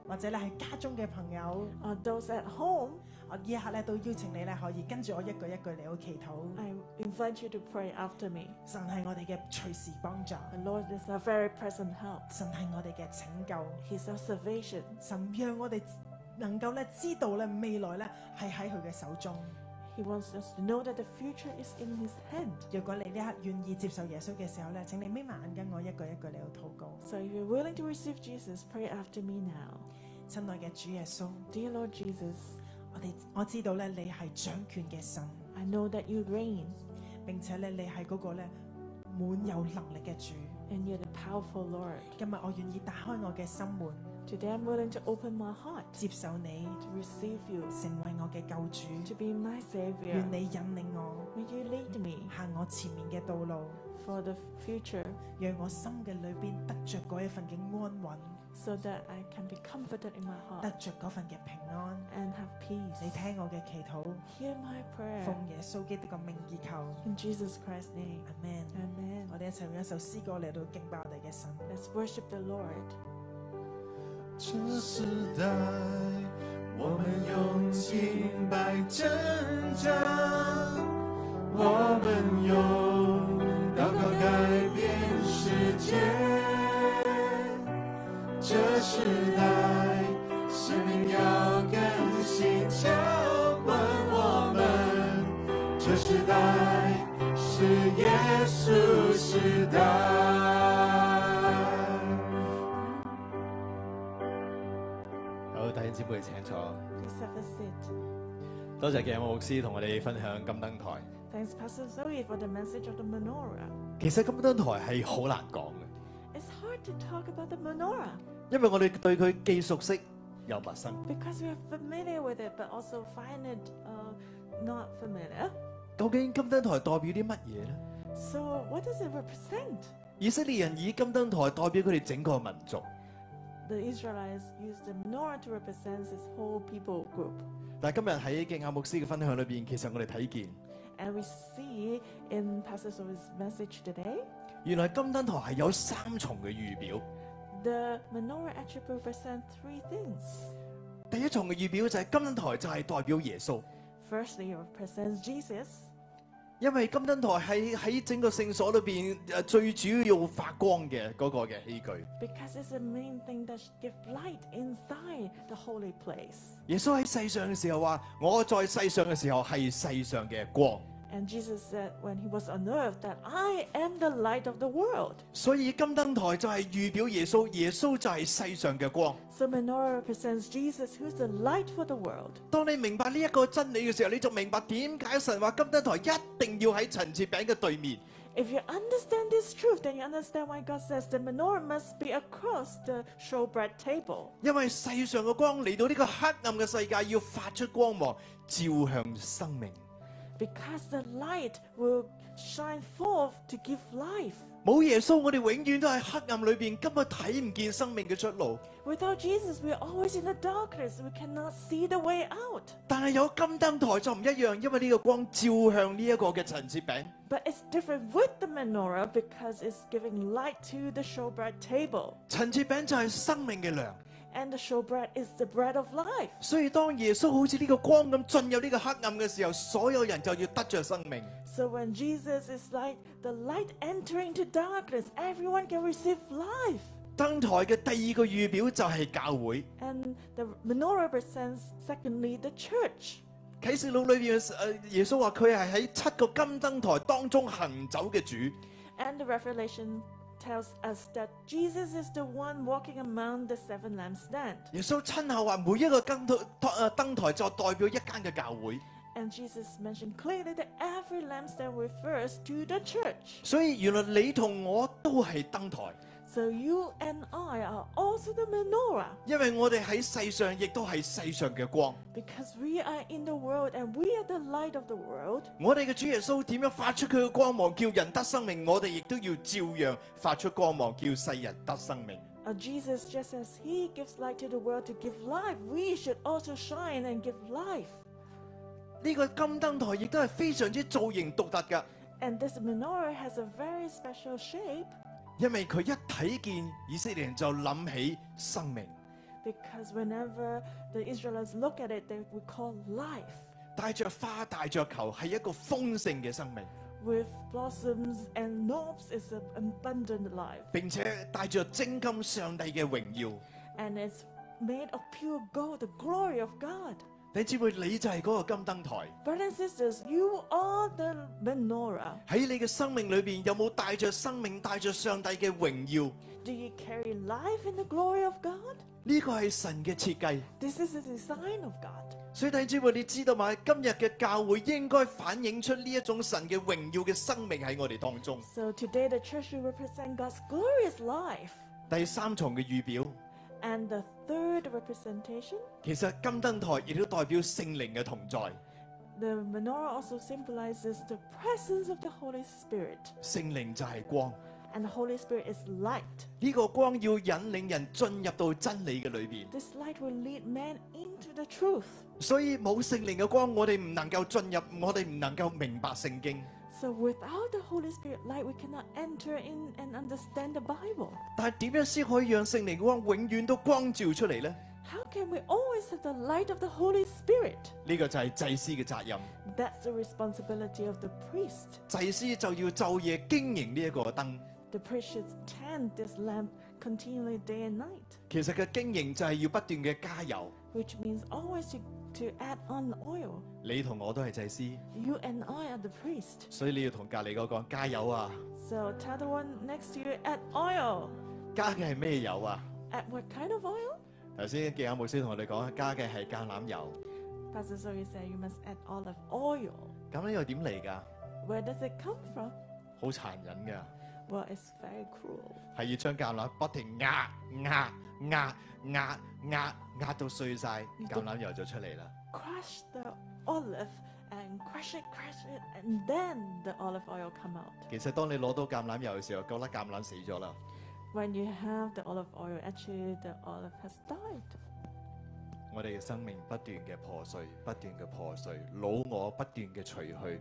Speaker 3: 或者你係家中嘅朋友，
Speaker 1: Or those at home,
Speaker 3: 我呢一刻咧都邀請你咧可以跟住我一句一句嚟到祈禱。
Speaker 1: I invite you to pray after me.
Speaker 3: 神係我哋嘅隨時幫助，
Speaker 1: The Lord is our very present help.
Speaker 3: 神係我哋嘅拯救，
Speaker 1: He's our salvation.
Speaker 3: 神讓我哋能夠咧知道咧未來咧係喺佢嘅手中。
Speaker 1: He wants us to know that the future is in His hand.
Speaker 3: 如果你呢一刻願意接受耶穌嘅時候咧，請你眯埋眼跟我一句一句嚟到禱告。
Speaker 1: So if you're willing to receive Jesus, pray after me now.
Speaker 3: 親愛嘅主耶穌，
Speaker 1: Dear Lord Jesus,
Speaker 3: 我哋我知道咧你係掌權嘅神。
Speaker 1: I know that you reign
Speaker 3: 並且咧，你係嗰個咧滿有能力嘅主。
Speaker 1: and you're the powerful Lord.
Speaker 3: 今日我願意打開我嘅心門，
Speaker 1: Today I'm willing to open my heart
Speaker 3: 接受你
Speaker 1: to receive you,
Speaker 3: 成為我嘅救
Speaker 1: to
Speaker 3: 主。
Speaker 1: be my Savior.
Speaker 3: 願你引領我
Speaker 1: May you lead me
Speaker 3: 行我前面嘅道路，
Speaker 1: for the future
Speaker 3: 讓我心嘅裏邊得着嗰一份嘅安穩，
Speaker 1: so that I can be comforted in my
Speaker 3: 得
Speaker 1: heart
Speaker 3: 着嗰份嘅平安。
Speaker 1: and have
Speaker 3: 你
Speaker 1: peace.
Speaker 3: 聽我嘅祈禱，
Speaker 1: Hear my prayer
Speaker 3: 奉耶穌基督嘅名而求，
Speaker 1: in Jesus Christ's name.
Speaker 3: 阿 Man，
Speaker 1: Amen.
Speaker 3: 我哋一齊用一首詩歌嚟到敬拜我哋嘅神。
Speaker 1: Let's worship the Lord.
Speaker 5: 这时代，我们用敬拜征战，我们用祷告改变世界。这时代，生命要更新浇灌我们。这时代是耶稣时代。
Speaker 6: 好，弟兄姊妹請坐。
Speaker 1: Please have a seat.
Speaker 6: 多謝嘅牧師同我哋分享金燈台。
Speaker 1: Thanks, Pastor Zoe, for the message of the menorah.
Speaker 6: 其實金燈台係好難講嘅，
Speaker 1: It's hard to talk about the menorah
Speaker 6: 因為我哋對佢既熟悉又陌生。
Speaker 1: because we are familiar with it, but also find it uh, not familiar.
Speaker 6: 究竟金燈台代表啲乜嘢呢？
Speaker 1: So, what does it represent?
Speaker 6: 以色列人以金燈台代表佢哋整個民族，
Speaker 1: The Israelites used the menorah to represent this whole people group.
Speaker 6: 但係今日喺敬亞牧師嘅分享裏邊，其實我哋睇見，
Speaker 1: And we see in Pastor Zoe's message today,
Speaker 6: 原來金燈台係有三重嘅預表。
Speaker 1: the menorah actually represents three things.
Speaker 6: 第一重嘅預表就係金燈台就係代表耶穌，
Speaker 1: Firstly, it represents Jesus
Speaker 6: 因為金燈台係喺整個聖所裏邊誒最主要發光嘅嗰個嘅器具。
Speaker 1: because it's the main thing that should give light inside the holy place.
Speaker 6: 耶穌喺世上嘅時候話：我在世上嘅時候係世上嘅光。
Speaker 1: And Jesus said when he was on earth that I am the light of the world.
Speaker 6: 所以金燈台就係預表耶穌，耶穌就係世上嘅光。
Speaker 1: So menorah represents Jesus who's the light for the world.
Speaker 6: 當你明白呢一個真理嘅時候，你就明白點解神話金燈台一定要喺陳設餅嘅對面，
Speaker 1: If you understand this truth, then you understand why God says the menorah must be across the showbread table.
Speaker 6: 因為世上嘅光嚟到呢個黑暗嘅世界，要發出光芒，照向生命。
Speaker 1: Because the light will shine forth to give life.
Speaker 6: 冇耶穌，我哋永遠都喺黑暗裏邊，根本睇唔見生命嘅出路。
Speaker 1: Without Jesus, we're always in the darkness. We cannot see the way out.
Speaker 6: 但係有金燈台就唔一樣，因為呢個光照向呢一個嘅陳設餅。
Speaker 1: But it's different with the menorah because it's giving light to the showbread table.
Speaker 6: 陳設餅就係生命嘅糧。
Speaker 1: And the showbread is the bread of life.
Speaker 6: 所以當耶穌好似呢個光咁進入呢個黑暗嘅時候，所有人就要得着生命。
Speaker 1: So when Jesus is like the light entering to darkness, everyone can receive life.
Speaker 6: 燈台嘅第二個預表就係教會。
Speaker 1: And the menorah represents, secondly, the church.
Speaker 6: 啟示錄裏邊，誒耶穌話佢係喺七個金燈台當中行走嘅主。
Speaker 1: And the Revelation tells us that Jesus is the one walking among the seven lampstands.
Speaker 6: 耶穌親口話每一個金燈誒燈台就代表一間嘅教會。
Speaker 1: And Jesus mentioned clearly that every lampstand refers to the church.
Speaker 6: 所以原來你同我都係燈台，
Speaker 1: So you and I are also the menorah
Speaker 6: 因為我哋喺世上亦都係世上嘅光。
Speaker 1: because we are in the world and we are the light of the world.
Speaker 6: 我哋嘅主耶穌點樣發出佢嘅光芒，叫人得生命？我哋亦都要照樣發出光芒，叫世人得生命。
Speaker 1: Uh, Jesus, just as He gives light to the world to give life, we should also shine and give life.
Speaker 6: 呢個金燈台亦都係非常之造型獨特㗎，
Speaker 1: And this menorah has a very special shape
Speaker 6: 因為佢一睇見以色列人就諗起生命。
Speaker 1: because whenever the Israelites look at it, they would call life
Speaker 6: 帶着花帶着球係一個豐盛嘅生命，
Speaker 1: with blossoms and knobs is an abundant life,
Speaker 6: 並且帶着精金上帝嘅榮耀。
Speaker 1: and it's made of pure gold, the glory of God.
Speaker 6: 你知唔知你就係嗰個金燈台？
Speaker 1: Brothers and sisters, you are the menorah.
Speaker 6: 喺你嘅生命裏邊有冇帶着生命帶着上帝嘅榮耀？
Speaker 1: Do you carry life in the glory of God?
Speaker 6: 呢個係神嘅設計。
Speaker 1: This is the design of God.
Speaker 6: 所以弟兄姊妹，你知道嘛？今日嘅教會應該反映出呢一種神嘅榮耀嘅生命喺我哋當中。
Speaker 1: So today the church should represent God's glorious life.
Speaker 6: 第三重嘅預表，
Speaker 1: And the third representation,
Speaker 6: 其實金燈台亦都代表聖靈嘅同在。
Speaker 1: the menorah also symbolizes the presence of the Holy Spirit.
Speaker 6: 聖靈就係光，
Speaker 1: And the Holy Spirit is light.
Speaker 6: 呢、個光要引領人進入到真理嘅裏邊。
Speaker 1: This light will lead man into the truth.
Speaker 6: 所以冇聖靈嘅光，我哋唔能夠進入，我哋唔能夠明白聖經。
Speaker 1: So without the Holy Spirit light, we cannot enter in and understand the Bible.
Speaker 6: 但係點樣先可以讓聖靈嘅光永遠都光照出嚟呢？呢、
Speaker 1: How can we always have the light of the Holy Spirit?
Speaker 6: 個就係祭司嘅責任。
Speaker 1: That's the responsibility of the priest.
Speaker 6: 祭司就要晝夜經營呢一個燈。
Speaker 1: The priest should tend this lamp continually day and night,
Speaker 6: 其實嘅經營就係要不斷嘅加油。
Speaker 1: which means always to, to add on oil.
Speaker 6: 你同我都係祭司，
Speaker 1: You and I are the priest.
Speaker 6: 所以你要同隔離嗰個講加油啊！
Speaker 1: So tell the one next to you, add oil.
Speaker 6: 加嘅係咩油啊？
Speaker 1: Add what kind of oil?
Speaker 6: 頭先嘅阿牧師同我哋講，加嘅係橄欖油。
Speaker 1: Pastor Zoe said you must add olive oil.
Speaker 6: 橄欖油點嚟㗎？
Speaker 1: Where does it come from?
Speaker 6: 好殘忍㗎。
Speaker 1: Well, it's very cruel.
Speaker 6: 係要將橄欖不停壓壓壓壓壓壓到碎晒，橄欖油就出嚟啦。
Speaker 1: Crush the olive and crush it, crush it, and then the olive oil come out.
Speaker 6: 其實當你攞到橄欖油嘅時候，覺得橄欖死咗啦。
Speaker 1: When you have the olive oil, actually the olive has died.
Speaker 6: 我哋嘅生命不斷嘅破碎，不斷嘅破碎，老我不斷嘅除去，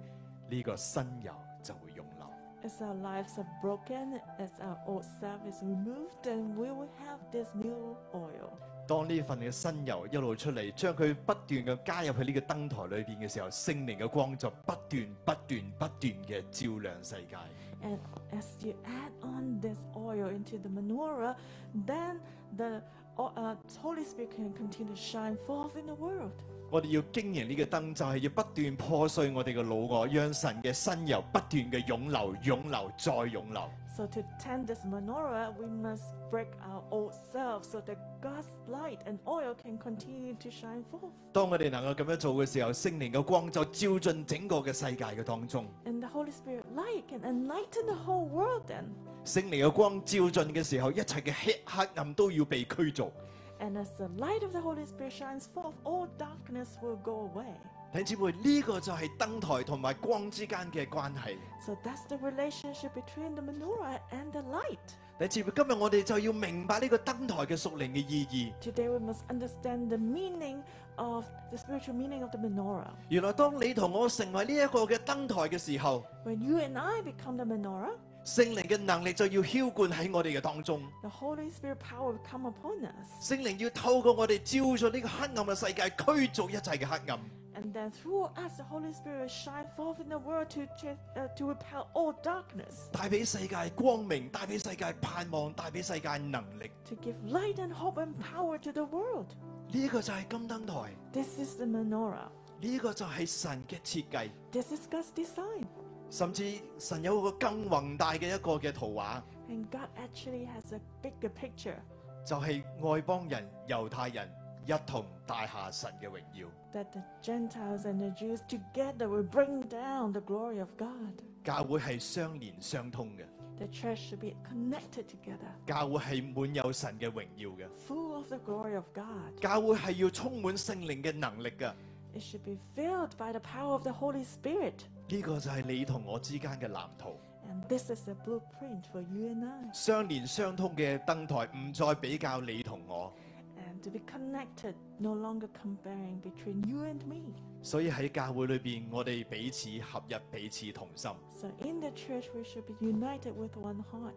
Speaker 6: 呢、個新油就會湧流。
Speaker 1: As our lives are broken, as our old self is removed, then we will have this new oil.
Speaker 6: 當呢份嘅新油一路出嚟，將佢不斷嘅加入去呢個燈台裏邊嘅時候，聖靈嘅光就不斷不斷不斷嘅照亮世界。
Speaker 1: And as you add on this oil into the menorah, then the o- uh, Holy Spirit can continue to shine forth in the world.
Speaker 6: 我哋要經營呢個燈，就係、要不斷破碎我哋嘅老我，讓神嘅新油不斷嘅湧流、湧流再湧流。
Speaker 1: So to tend this menorah, we must break our old selves so that God's light and oil can continue to shine forth.
Speaker 6: 當我哋能夠咁樣做嘅時候，聖靈嘅光就照進整個嘅世界嘅當中。
Speaker 1: And the Holy Spirit light can enlighten the whole world then.
Speaker 6: 聖靈嘅光照進嘅時候，一切嘅黑黑暗都要被驅逐。
Speaker 1: And as the light of the Holy Spirit shines forth, all darkness will go away.
Speaker 6: 弟兄姊妹，呢、個就係燈台同埋光之間嘅關係。
Speaker 1: So that's the relationship between the menorah and the light.
Speaker 6: 弟兄姊妹，今日我哋就要明白呢個燈台嘅屬靈嘅意義。
Speaker 1: Today we must understand the meaning of the spiritual meaning of the menorah.
Speaker 6: 原來當你同我成為呢一個嘅燈台嘅時候，
Speaker 1: When you and I become the menorah,
Speaker 6: 聖靈嘅能力就要澆灌喺我哋嘅當中。
Speaker 1: the Holy Spirit power will come upon us.
Speaker 6: 聖靈要透過我哋照進呢個黑暗嘅世界，驅逐一切嘅黑暗。
Speaker 1: And then through us, the Holy Spirit will shine forth in the world to, ch- uh, to repel all darkness,
Speaker 6: 帶俾世界光明，帶俾世界盼望，帶俾世界能力。
Speaker 1: to give light and hope and power to the world.
Speaker 6: 呢、個就係金燈台，
Speaker 1: This is the menorah.
Speaker 6: 呢、個就係神嘅設計，
Speaker 1: This is God's design.
Speaker 6: 甚至神有個更宏大嘅一個嘅圖畫，
Speaker 1: And God actually has a bigger picture
Speaker 6: 就係、外邦人、猶太人一同帶下神嘅榮耀。
Speaker 1: that the Gentiles and the Jews together will bring down the glory of God.
Speaker 6: 教會係相連相通嘅，
Speaker 1: The church should be connected together,
Speaker 6: 教會係滿有神嘅榮耀嘅，
Speaker 1: full of the glory of God.
Speaker 6: 教會係要充滿聖靈嘅能力嘅。
Speaker 1: It should be filled by the power of the Holy Spirit.
Speaker 6: 呢、個就係你同我之間嘅藍圖。
Speaker 1: And this is the blueprint for you and I.
Speaker 6: 相連相通嘅燈台，唔再比較你同我。
Speaker 1: And to be connected, no longer comparing between you and me.
Speaker 6: 所以喺教會裏邊，我哋彼此合一，彼此同心。
Speaker 1: So in the church, we should be united with one heart.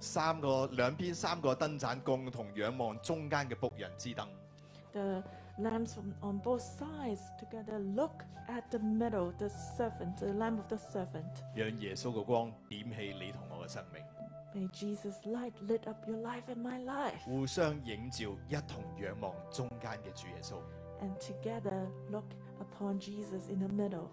Speaker 6: 三個兩邊三個燈盞共同仰望中間嘅僕人之燈。
Speaker 1: The lamps from, on both sides together look at the middle, the servant, the lamp of the servant.
Speaker 6: 讓耶穌嘅光點起你同我嘅生命，
Speaker 1: May Jesus' light lit up your life and my life.
Speaker 6: 互相映照，一同仰望中間嘅主耶穌，
Speaker 1: And together look upon Jesus in the middle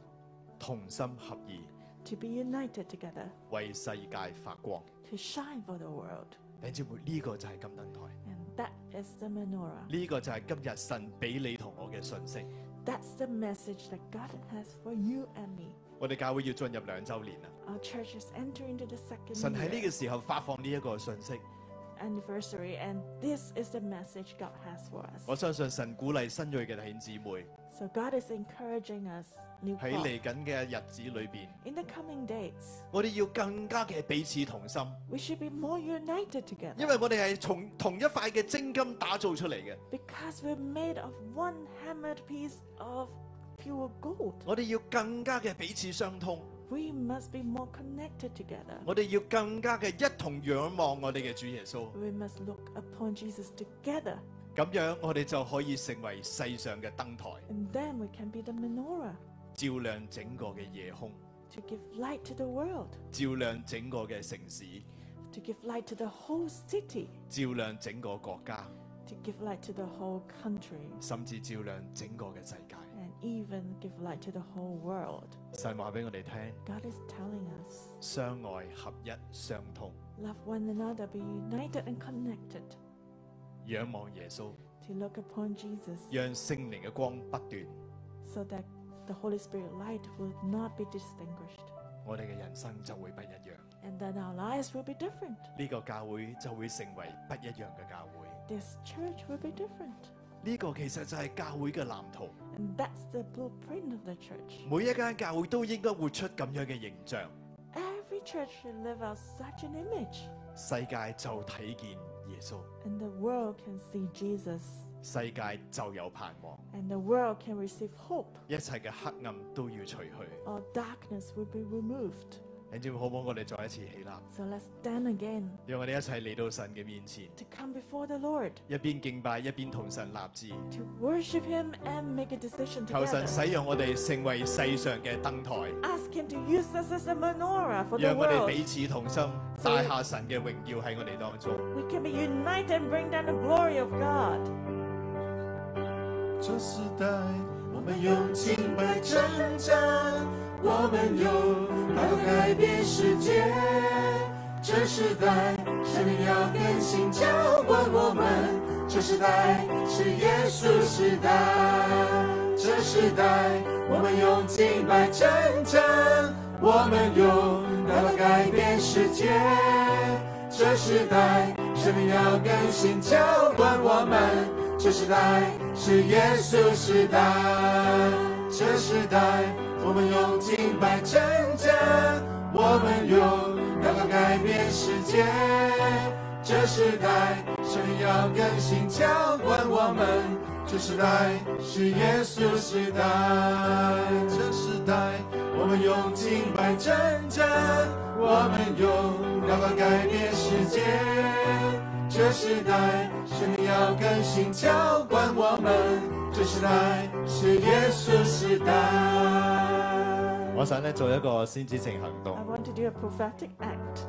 Speaker 6: 同心合意，
Speaker 1: to be united together,
Speaker 6: 為世界發光。
Speaker 1: to shine for the world.
Speaker 6: 弟兄姊妹，呢、個就係金燈台，
Speaker 1: And that is the menorah.
Speaker 6: 呢、個就係今日神俾你同我嘅信息。
Speaker 1: That's the message that God has for you and me.
Speaker 6: 我哋教會要進入兩週年啦，
Speaker 1: Our church is entering into the
Speaker 6: 神
Speaker 1: second
Speaker 6: 喺呢
Speaker 1: year
Speaker 6: 個時候發放呢一個信息。
Speaker 1: anniversary, and this is the message God has for us.
Speaker 6: 我相信神鼓勵新锐嘅弟兄姊妹
Speaker 1: So God is encouraging us, new
Speaker 6: 喺
Speaker 1: crop.
Speaker 6: 嚟緊嘅日子裏边，
Speaker 1: In the coming days,
Speaker 6: 我哋要更加嘅彼此同心，
Speaker 1: we should be more united together
Speaker 6: 因為我哋係從同一塊嘅精金打造出嚟嘅。
Speaker 1: because we're made of one hammered piece of pure gold.
Speaker 6: 我哋要更加嘅彼此相通，
Speaker 1: We must be more connected together.
Speaker 6: 我哋要更加嘅一同仰望我哋嘅主耶穌，
Speaker 1: We must look upon Jesus together,
Speaker 6: 咁樣我哋就可以成為世上嘅燈台，
Speaker 1: and then we can be the menorah
Speaker 6: 照亮整個嘅夜空，
Speaker 1: to give light to the world,
Speaker 6: 照亮整個嘅城市，
Speaker 1: to give light to the whole city,
Speaker 6: 照亮整個國家，
Speaker 1: to give light to the whole country,
Speaker 6: 甚至照亮整個嘅世界。
Speaker 1: and even give light to the whole world.
Speaker 6: 神話俾我哋聽，
Speaker 1: God is telling us.
Speaker 6: 相愛合一相通。
Speaker 1: Love one another, be united and connected
Speaker 6: 仰望耶穌，
Speaker 1: to look upon Jesus
Speaker 6: 讓聖靈嘅光不斷
Speaker 1: so that the Holy Spirit light will not be distinguished.
Speaker 6: 我哋嘅人生就會不一樣。
Speaker 1: and then our lives will be different.
Speaker 6: 呢個教會就會成為不一樣嘅教會。
Speaker 1: This church will be different.
Speaker 6: 呢個其實就係教會嘅藍圖，
Speaker 1: And that's the blueprint of the church.
Speaker 6: 每一間教會都應該活出咁樣嘅形象，
Speaker 1: Every church should live out such an image,
Speaker 6: 世界就睇見耶穌，
Speaker 1: and the world can see Jesus,
Speaker 6: 世界就有盼望，
Speaker 1: and the world can receive hope.
Speaker 6: 一切嘅黑暗都要除去。
Speaker 1: All darkness will be removed.
Speaker 6: 你知唔好唔好？我哋再一次起立，
Speaker 1: So let's stand again
Speaker 6: 讓我哋一齊嚟到神嘅面前，
Speaker 1: to come before the Lord,
Speaker 6: 一邊敬拜，一邊同神立志，
Speaker 1: to worship Him and make a decision
Speaker 6: 求神
Speaker 1: together.
Speaker 6: 使用我哋成為世上嘅燈台。
Speaker 1: Ask Him to use us as a menorah for the
Speaker 6: 让我哋
Speaker 1: world.
Speaker 6: 彼此同心，带下神嘅荣耀喺我哋当中。
Speaker 1: We can be united and bring down the glory of God.
Speaker 5: 这时代，我们用敬拜征战，我们用祷告改变世界。这时代，生命要更新浇灌我们。这时代是耶稣时代，这时代我们用敬拜征战，我们用祷告改变世界。这时代，生命要更新浇灌我们。这时代是耶稣时代，这时代我们用敬拜征战，我们用祷告改变世界。这时代神要更新浇灌我们，这时代是耶稣时代，这时代我们用敬拜征战，我们用祷告改变世界。这时代，神要更新浇灌我们。这时代是耶稣时代。
Speaker 6: 我想咧做一個先知性行
Speaker 1: I
Speaker 6: 動，
Speaker 1: want to do a prophetic act.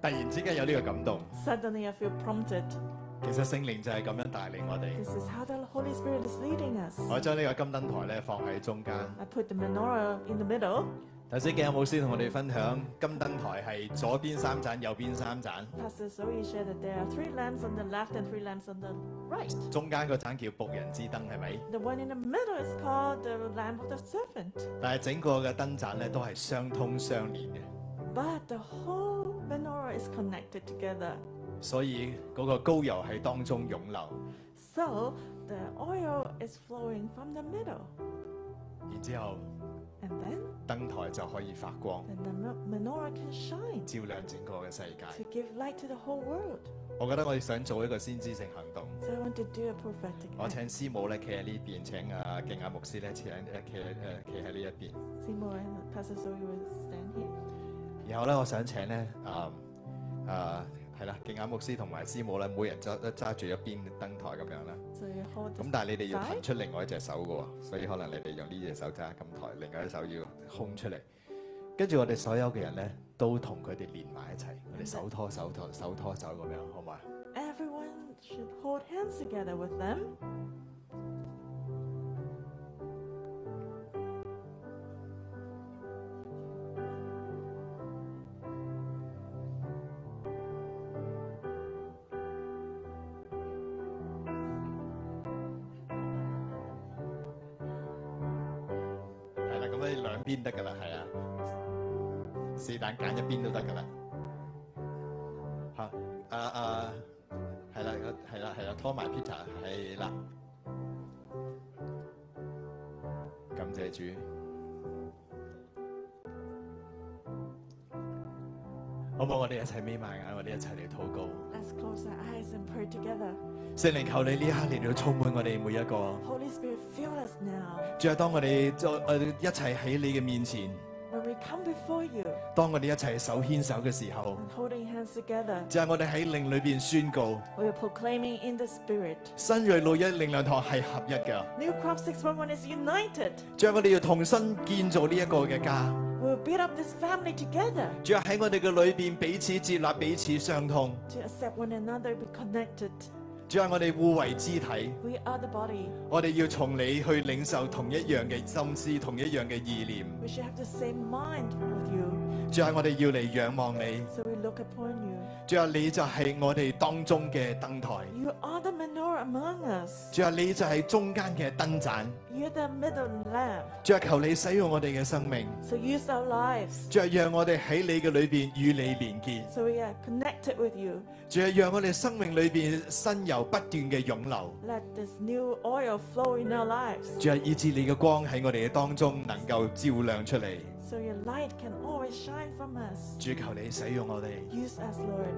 Speaker 6: 突然之間有呢個感動。
Speaker 1: Suddenly I feel prompted.
Speaker 6: 其實聖靈就係咁樣帶領我哋。
Speaker 1: This is how the Holy Spirit is leading us.
Speaker 6: 我將呢個金燈台咧放喺中間。
Speaker 1: I put the menorah in the middle.
Speaker 6: 頭先嘅牧師同我哋分享，金燈台係左邊三盞，右邊三盞，
Speaker 1: Pastor Zoe shared that there are three lamps on the left and three lamps on the right.
Speaker 6: 中間嗰盞叫仆人之燈，係咪？
Speaker 1: The one in the middle is called the lamp of the servant.
Speaker 6: 但係整個嘅燈盞咧都係相通相連嘅，
Speaker 1: But the whole menorah is connected together.
Speaker 6: 所以嗰個高油喺當中湧流，
Speaker 1: So the oil is flowing from the middle.
Speaker 6: 然之後
Speaker 1: And then
Speaker 6: 燈台就可以發光，
Speaker 1: then the men- menorah can shine
Speaker 6: 照亮整個嘅世界。
Speaker 1: to give light to the whole world.
Speaker 6: 我覺得我哋想做一個先知性行動。
Speaker 1: So I want to do a prophetic
Speaker 6: 我
Speaker 1: act.
Speaker 6: 請師母咧企喺呢邊，請啊敬雅牧師咧請誒企喺誒企喺呢一邊。
Speaker 1: Seymour and Pastor Zoe will stand here.
Speaker 6: 然後咧，我想請咧啊啊係啦，敬雅牧師同埋師母咧，每人揸揸住一邊燈台咁樣啦。
Speaker 1: So you hold
Speaker 6: 咁
Speaker 1: this
Speaker 6: 但係你哋要
Speaker 1: Right.
Speaker 6: 騰出另外一隻手嘅喎，所以可能你哋用呢隻手揸金台，另外一隻手要空出嚟。跟住我哋所有嘅人咧，都同佢哋連埋一齊，我哋手拖手拖手拖手咁樣，好唔好啊？
Speaker 1: Everyone should hold hands together with them.
Speaker 6: 係啦，咁你兩邊得㗎啦，係啊，是但揀一邊都得㗎啦。嚇，啊啊，係啦，係啦，係啦，拖埋 Peter，係啦。感謝主。好唔好？我哋一齊眯埋眼，我哋一齊嚟禱告。
Speaker 1: Let's close our eyes and pray together.
Speaker 6: 聖靈，求你呢一刻嚟到充滿我哋每一個。
Speaker 1: Holy Spirit, fill us now.
Speaker 6: 主啊，當我哋再我哋一齊喺你嘅面前，
Speaker 1: When we come before you
Speaker 6: 當我哋一齊手牽手嘅時候。
Speaker 1: and holding hands together,
Speaker 6: 就係我哋喺靈裏邊宣告，
Speaker 1: we are proclaiming in the Spirit.
Speaker 6: 新锐六一靈糧堂係合一嘅。
Speaker 1: New Crop 611 is united.
Speaker 6: 主啊，我哋要同心建造呢一個嘅家。
Speaker 1: We'll build up this family together
Speaker 6: 主啊，喺我哋嘅裏邊彼此接納、彼此相通。
Speaker 1: to accept one another, be connected.
Speaker 6: 主啊，我哋互為肢體，
Speaker 1: We are the body.
Speaker 6: 我哋要從你去領受同一樣嘅心思、同一樣嘅意念。
Speaker 1: We should have the same mind with you.
Speaker 6: 主啊，我哋要嚟仰望你。
Speaker 1: So we look upon you.
Speaker 6: 主啊，你就係我哋當中嘅燈台，
Speaker 1: You are the menorah among us.
Speaker 6: 主啊，你就係中間嘅燈盞，
Speaker 1: You're the middle lamp.
Speaker 6: 主啊，求你使用我哋嘅生命，
Speaker 1: So use our lives
Speaker 6: 主啊，讓我哋喺你嘅裏邊與你連結，
Speaker 1: so we are connected with you.
Speaker 6: 主啊，讓我哋生命裏邊新油不斷嘅湧流，
Speaker 1: Let this new oil flow in our lives
Speaker 6: 主啊，以致你嘅光喺我哋嘅當中能夠照亮出嚟，
Speaker 1: so your light can always shine from us.
Speaker 6: 主求你使用我哋，
Speaker 1: Use us, Lord.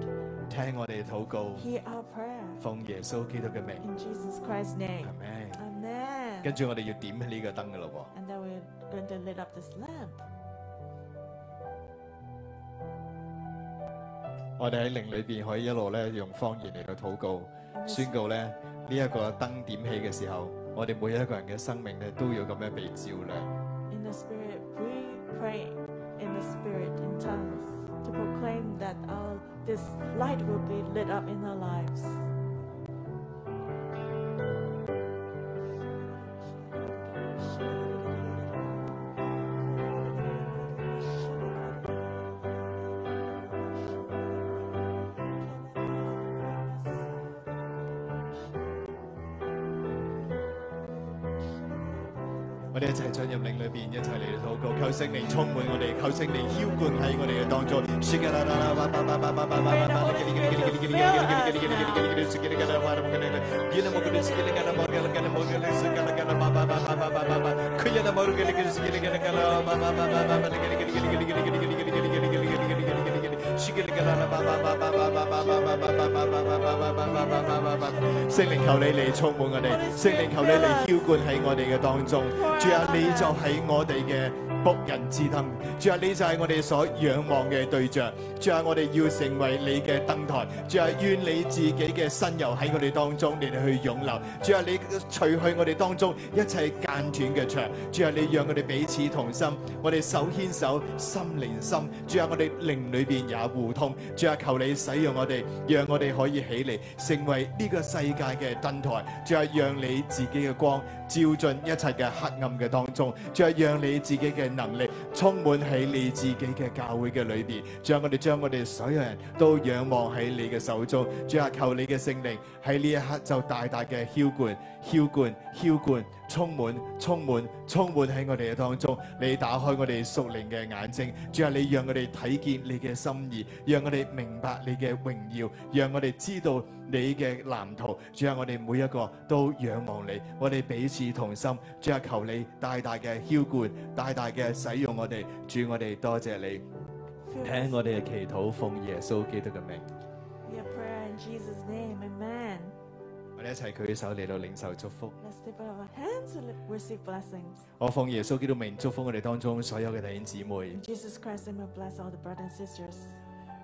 Speaker 6: 聽我哋禱告，
Speaker 1: Hear our prayer.
Speaker 6: 奉耶穌基督嘅名，
Speaker 1: In Jesus Christ's name.
Speaker 6: 阿門。
Speaker 1: Amen.
Speaker 6: 跟住我哋要點呢個燈噶咯喎。
Speaker 1: And then we're going to lit up this lamp.
Speaker 6: 我哋喺靈裏邊可以一路咧用方言嚟去禱告，宣告咧呢一個燈點起嘅時候，我哋每一個人嘅生命咧都要咁樣被照亮。
Speaker 1: In the spirit, we pray in the spirit in tongues to proclaim that our, this light will be lit up in our lives.
Speaker 6: 我哋一齊進入靈裏邊，一齊嚟到禱告，求聖靈充滿我哋，求聖靈澆灌喺我哋嘅當中。聖靈求你嚟充滿我哋，聖靈求你嚟澆灌喺我哋嘅當中。主啊，你就係我哋嘅僕人之燈，主啊，你就係我哋所仰望嘅對象。主啊，我哋要成為你嘅燈台。主啊，願你自己嘅新油喺我哋當中你哋去湧流。主啊，你除去我哋當中一切間斷嘅牆。主啊，你讓我哋彼此同心，我哋手牽手，心連心。主啊，我哋靈裏邊也互通。主啊，求你使用我哋，讓我哋可以起嚟，成為呢個世界嘅燈台。主啊，讓你自己嘅光照進一切嘅黑暗嘅當中。主啊，讓你自己嘅能力充滿喺你自己嘅教會嘅裏邊。主啊，我哋將我哋所有人都仰望喺你嘅手中。主啊，求你嘅聖靈喺呢一刻就大大嘅澆灌、澆灌、澆灌，充滿、充滿、充滿喺我哋嘅當中。你打開我哋屬靈嘅眼睛，主啊，你讓我哋睇見你嘅心意，讓我哋明白你嘅榮耀，讓我哋知道你嘅藍圖。主啊，我哋每一個都仰望你，我哋彼此同心。主啊，求你大大嘅澆灌，大大嘅使用我哋。主，我哋多謝你，
Speaker 1: Fill
Speaker 6: 聽
Speaker 1: us
Speaker 6: 我哋嘅祈禱，奉耶穌基督嘅名，
Speaker 1: with your prayer in Jesus' name. Amen.
Speaker 6: 我哋一齊舉手嚟到領受祝福。
Speaker 1: Let's lift up our hands to li- receive blessings.
Speaker 6: 我奉耶穌基督名祝福我哋當中所有嘅弟兄姊妹
Speaker 1: In，Jesus Christ, name, we bless all the brothers and sisters.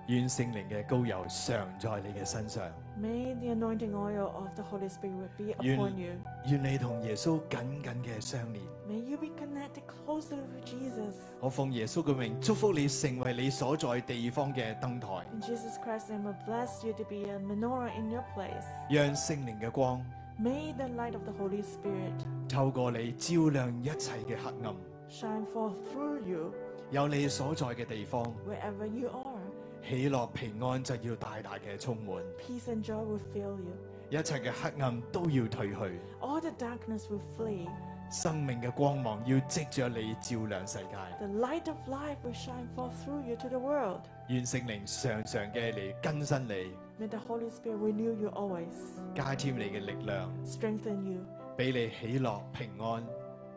Speaker 6: 願聖靈嘅膏油常在你嘅身上。
Speaker 1: May the anointing oil of the Holy Spirit be
Speaker 6: Yun-
Speaker 1: upon you.
Speaker 6: 願你同耶穌緊緊嘅相連。
Speaker 1: May you be connected closely with Jesus.
Speaker 6: 我奉耶穌嘅名祝福你成為你所在地方嘅燈台，
Speaker 1: In Jesus Christ, name, we bless you to be a menorah in your place.
Speaker 6: 讓聖靈嘅光
Speaker 1: May the light of the Holy Spirit
Speaker 6: 透過你照亮一切嘅黑暗。
Speaker 1: shine forth through you
Speaker 6: 有你所在嘅地方，
Speaker 1: wherever you are.
Speaker 6: 喜樂平安就要大大嘅充滿，
Speaker 1: Peace and joy will fill you.
Speaker 6: 一切嘅黑暗都要退去，
Speaker 1: All the darkness will flee.
Speaker 6: 生命嘅光芒要藉着你照亮世界。
Speaker 1: The light of life will shine forth through you to the world.
Speaker 6: 願聖靈常常嘅嚟更新你，
Speaker 1: May the Holy Spirit renew you always,
Speaker 6: 加添你嘅力量，
Speaker 1: strengthen you,
Speaker 6: 俾你喜樂平安、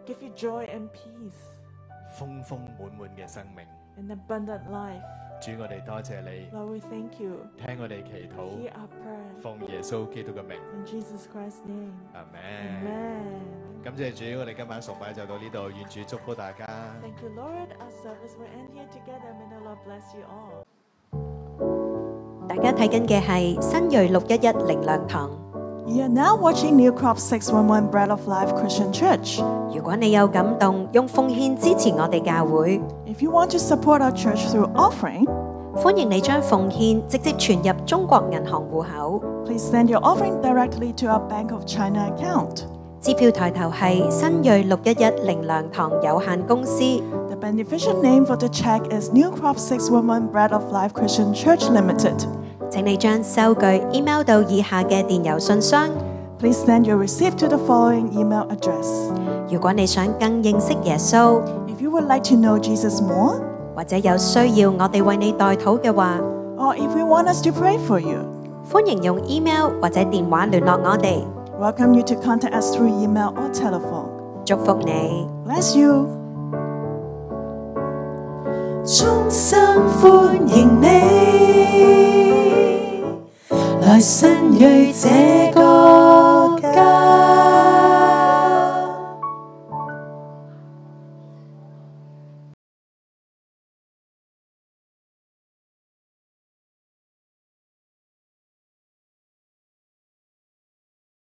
Speaker 1: give you joy and peace,
Speaker 6: 豐豐滿滿嘅生命。
Speaker 1: an abundant life.
Speaker 6: 主，我哋多謝你，
Speaker 1: Lord, we thank you.
Speaker 6: 聽我哋祈禱
Speaker 1: Hear，our prayer.
Speaker 6: 奉耶穌基督嘅名，
Speaker 1: In Jesus Christ's name.
Speaker 6: 阿門。
Speaker 1: Amen.
Speaker 6: 感謝主，我哋今晚崇拜就到呢度，願主祝福大家。
Speaker 1: Thank you, Lord. Our service will end here together. May the Lord bless you all.
Speaker 7: 大家睇緊嘅係新锐六一一零亮堂。
Speaker 8: You are now watching New Crop 611 Bread of Life Christian Church.
Speaker 7: 如果你有感動，用奉獻支持我哋教會，
Speaker 8: If you want to support our church through offering,
Speaker 7: 歡迎你將奉獻直接存入中國銀行户口，
Speaker 8: please send your offering directly to our Bank of China account.
Speaker 7: 支票抬頭係新锐六一一零亮堂有限公司，
Speaker 8: The beneficial name for the check is New Crop 611 Bread of Life Christian Church Limited.
Speaker 7: 請你將收據 email 到以下嘅電郵信箱。
Speaker 8: Please send your receipt to the following email address.
Speaker 7: 如果你想更認識耶穌，
Speaker 8: If you would like to know Jesus more,
Speaker 7: 或者有需要我哋為你代禱嘅話，
Speaker 8: or if you want us to pray for you,
Speaker 7: 歡迎用 email 或者電話聯絡我哋。
Speaker 8: welcome you to contact us through email or telephone.
Speaker 7: 祝福你。
Speaker 8: Bless you.
Speaker 3: 衷心歡迎你，來新蕊這歌。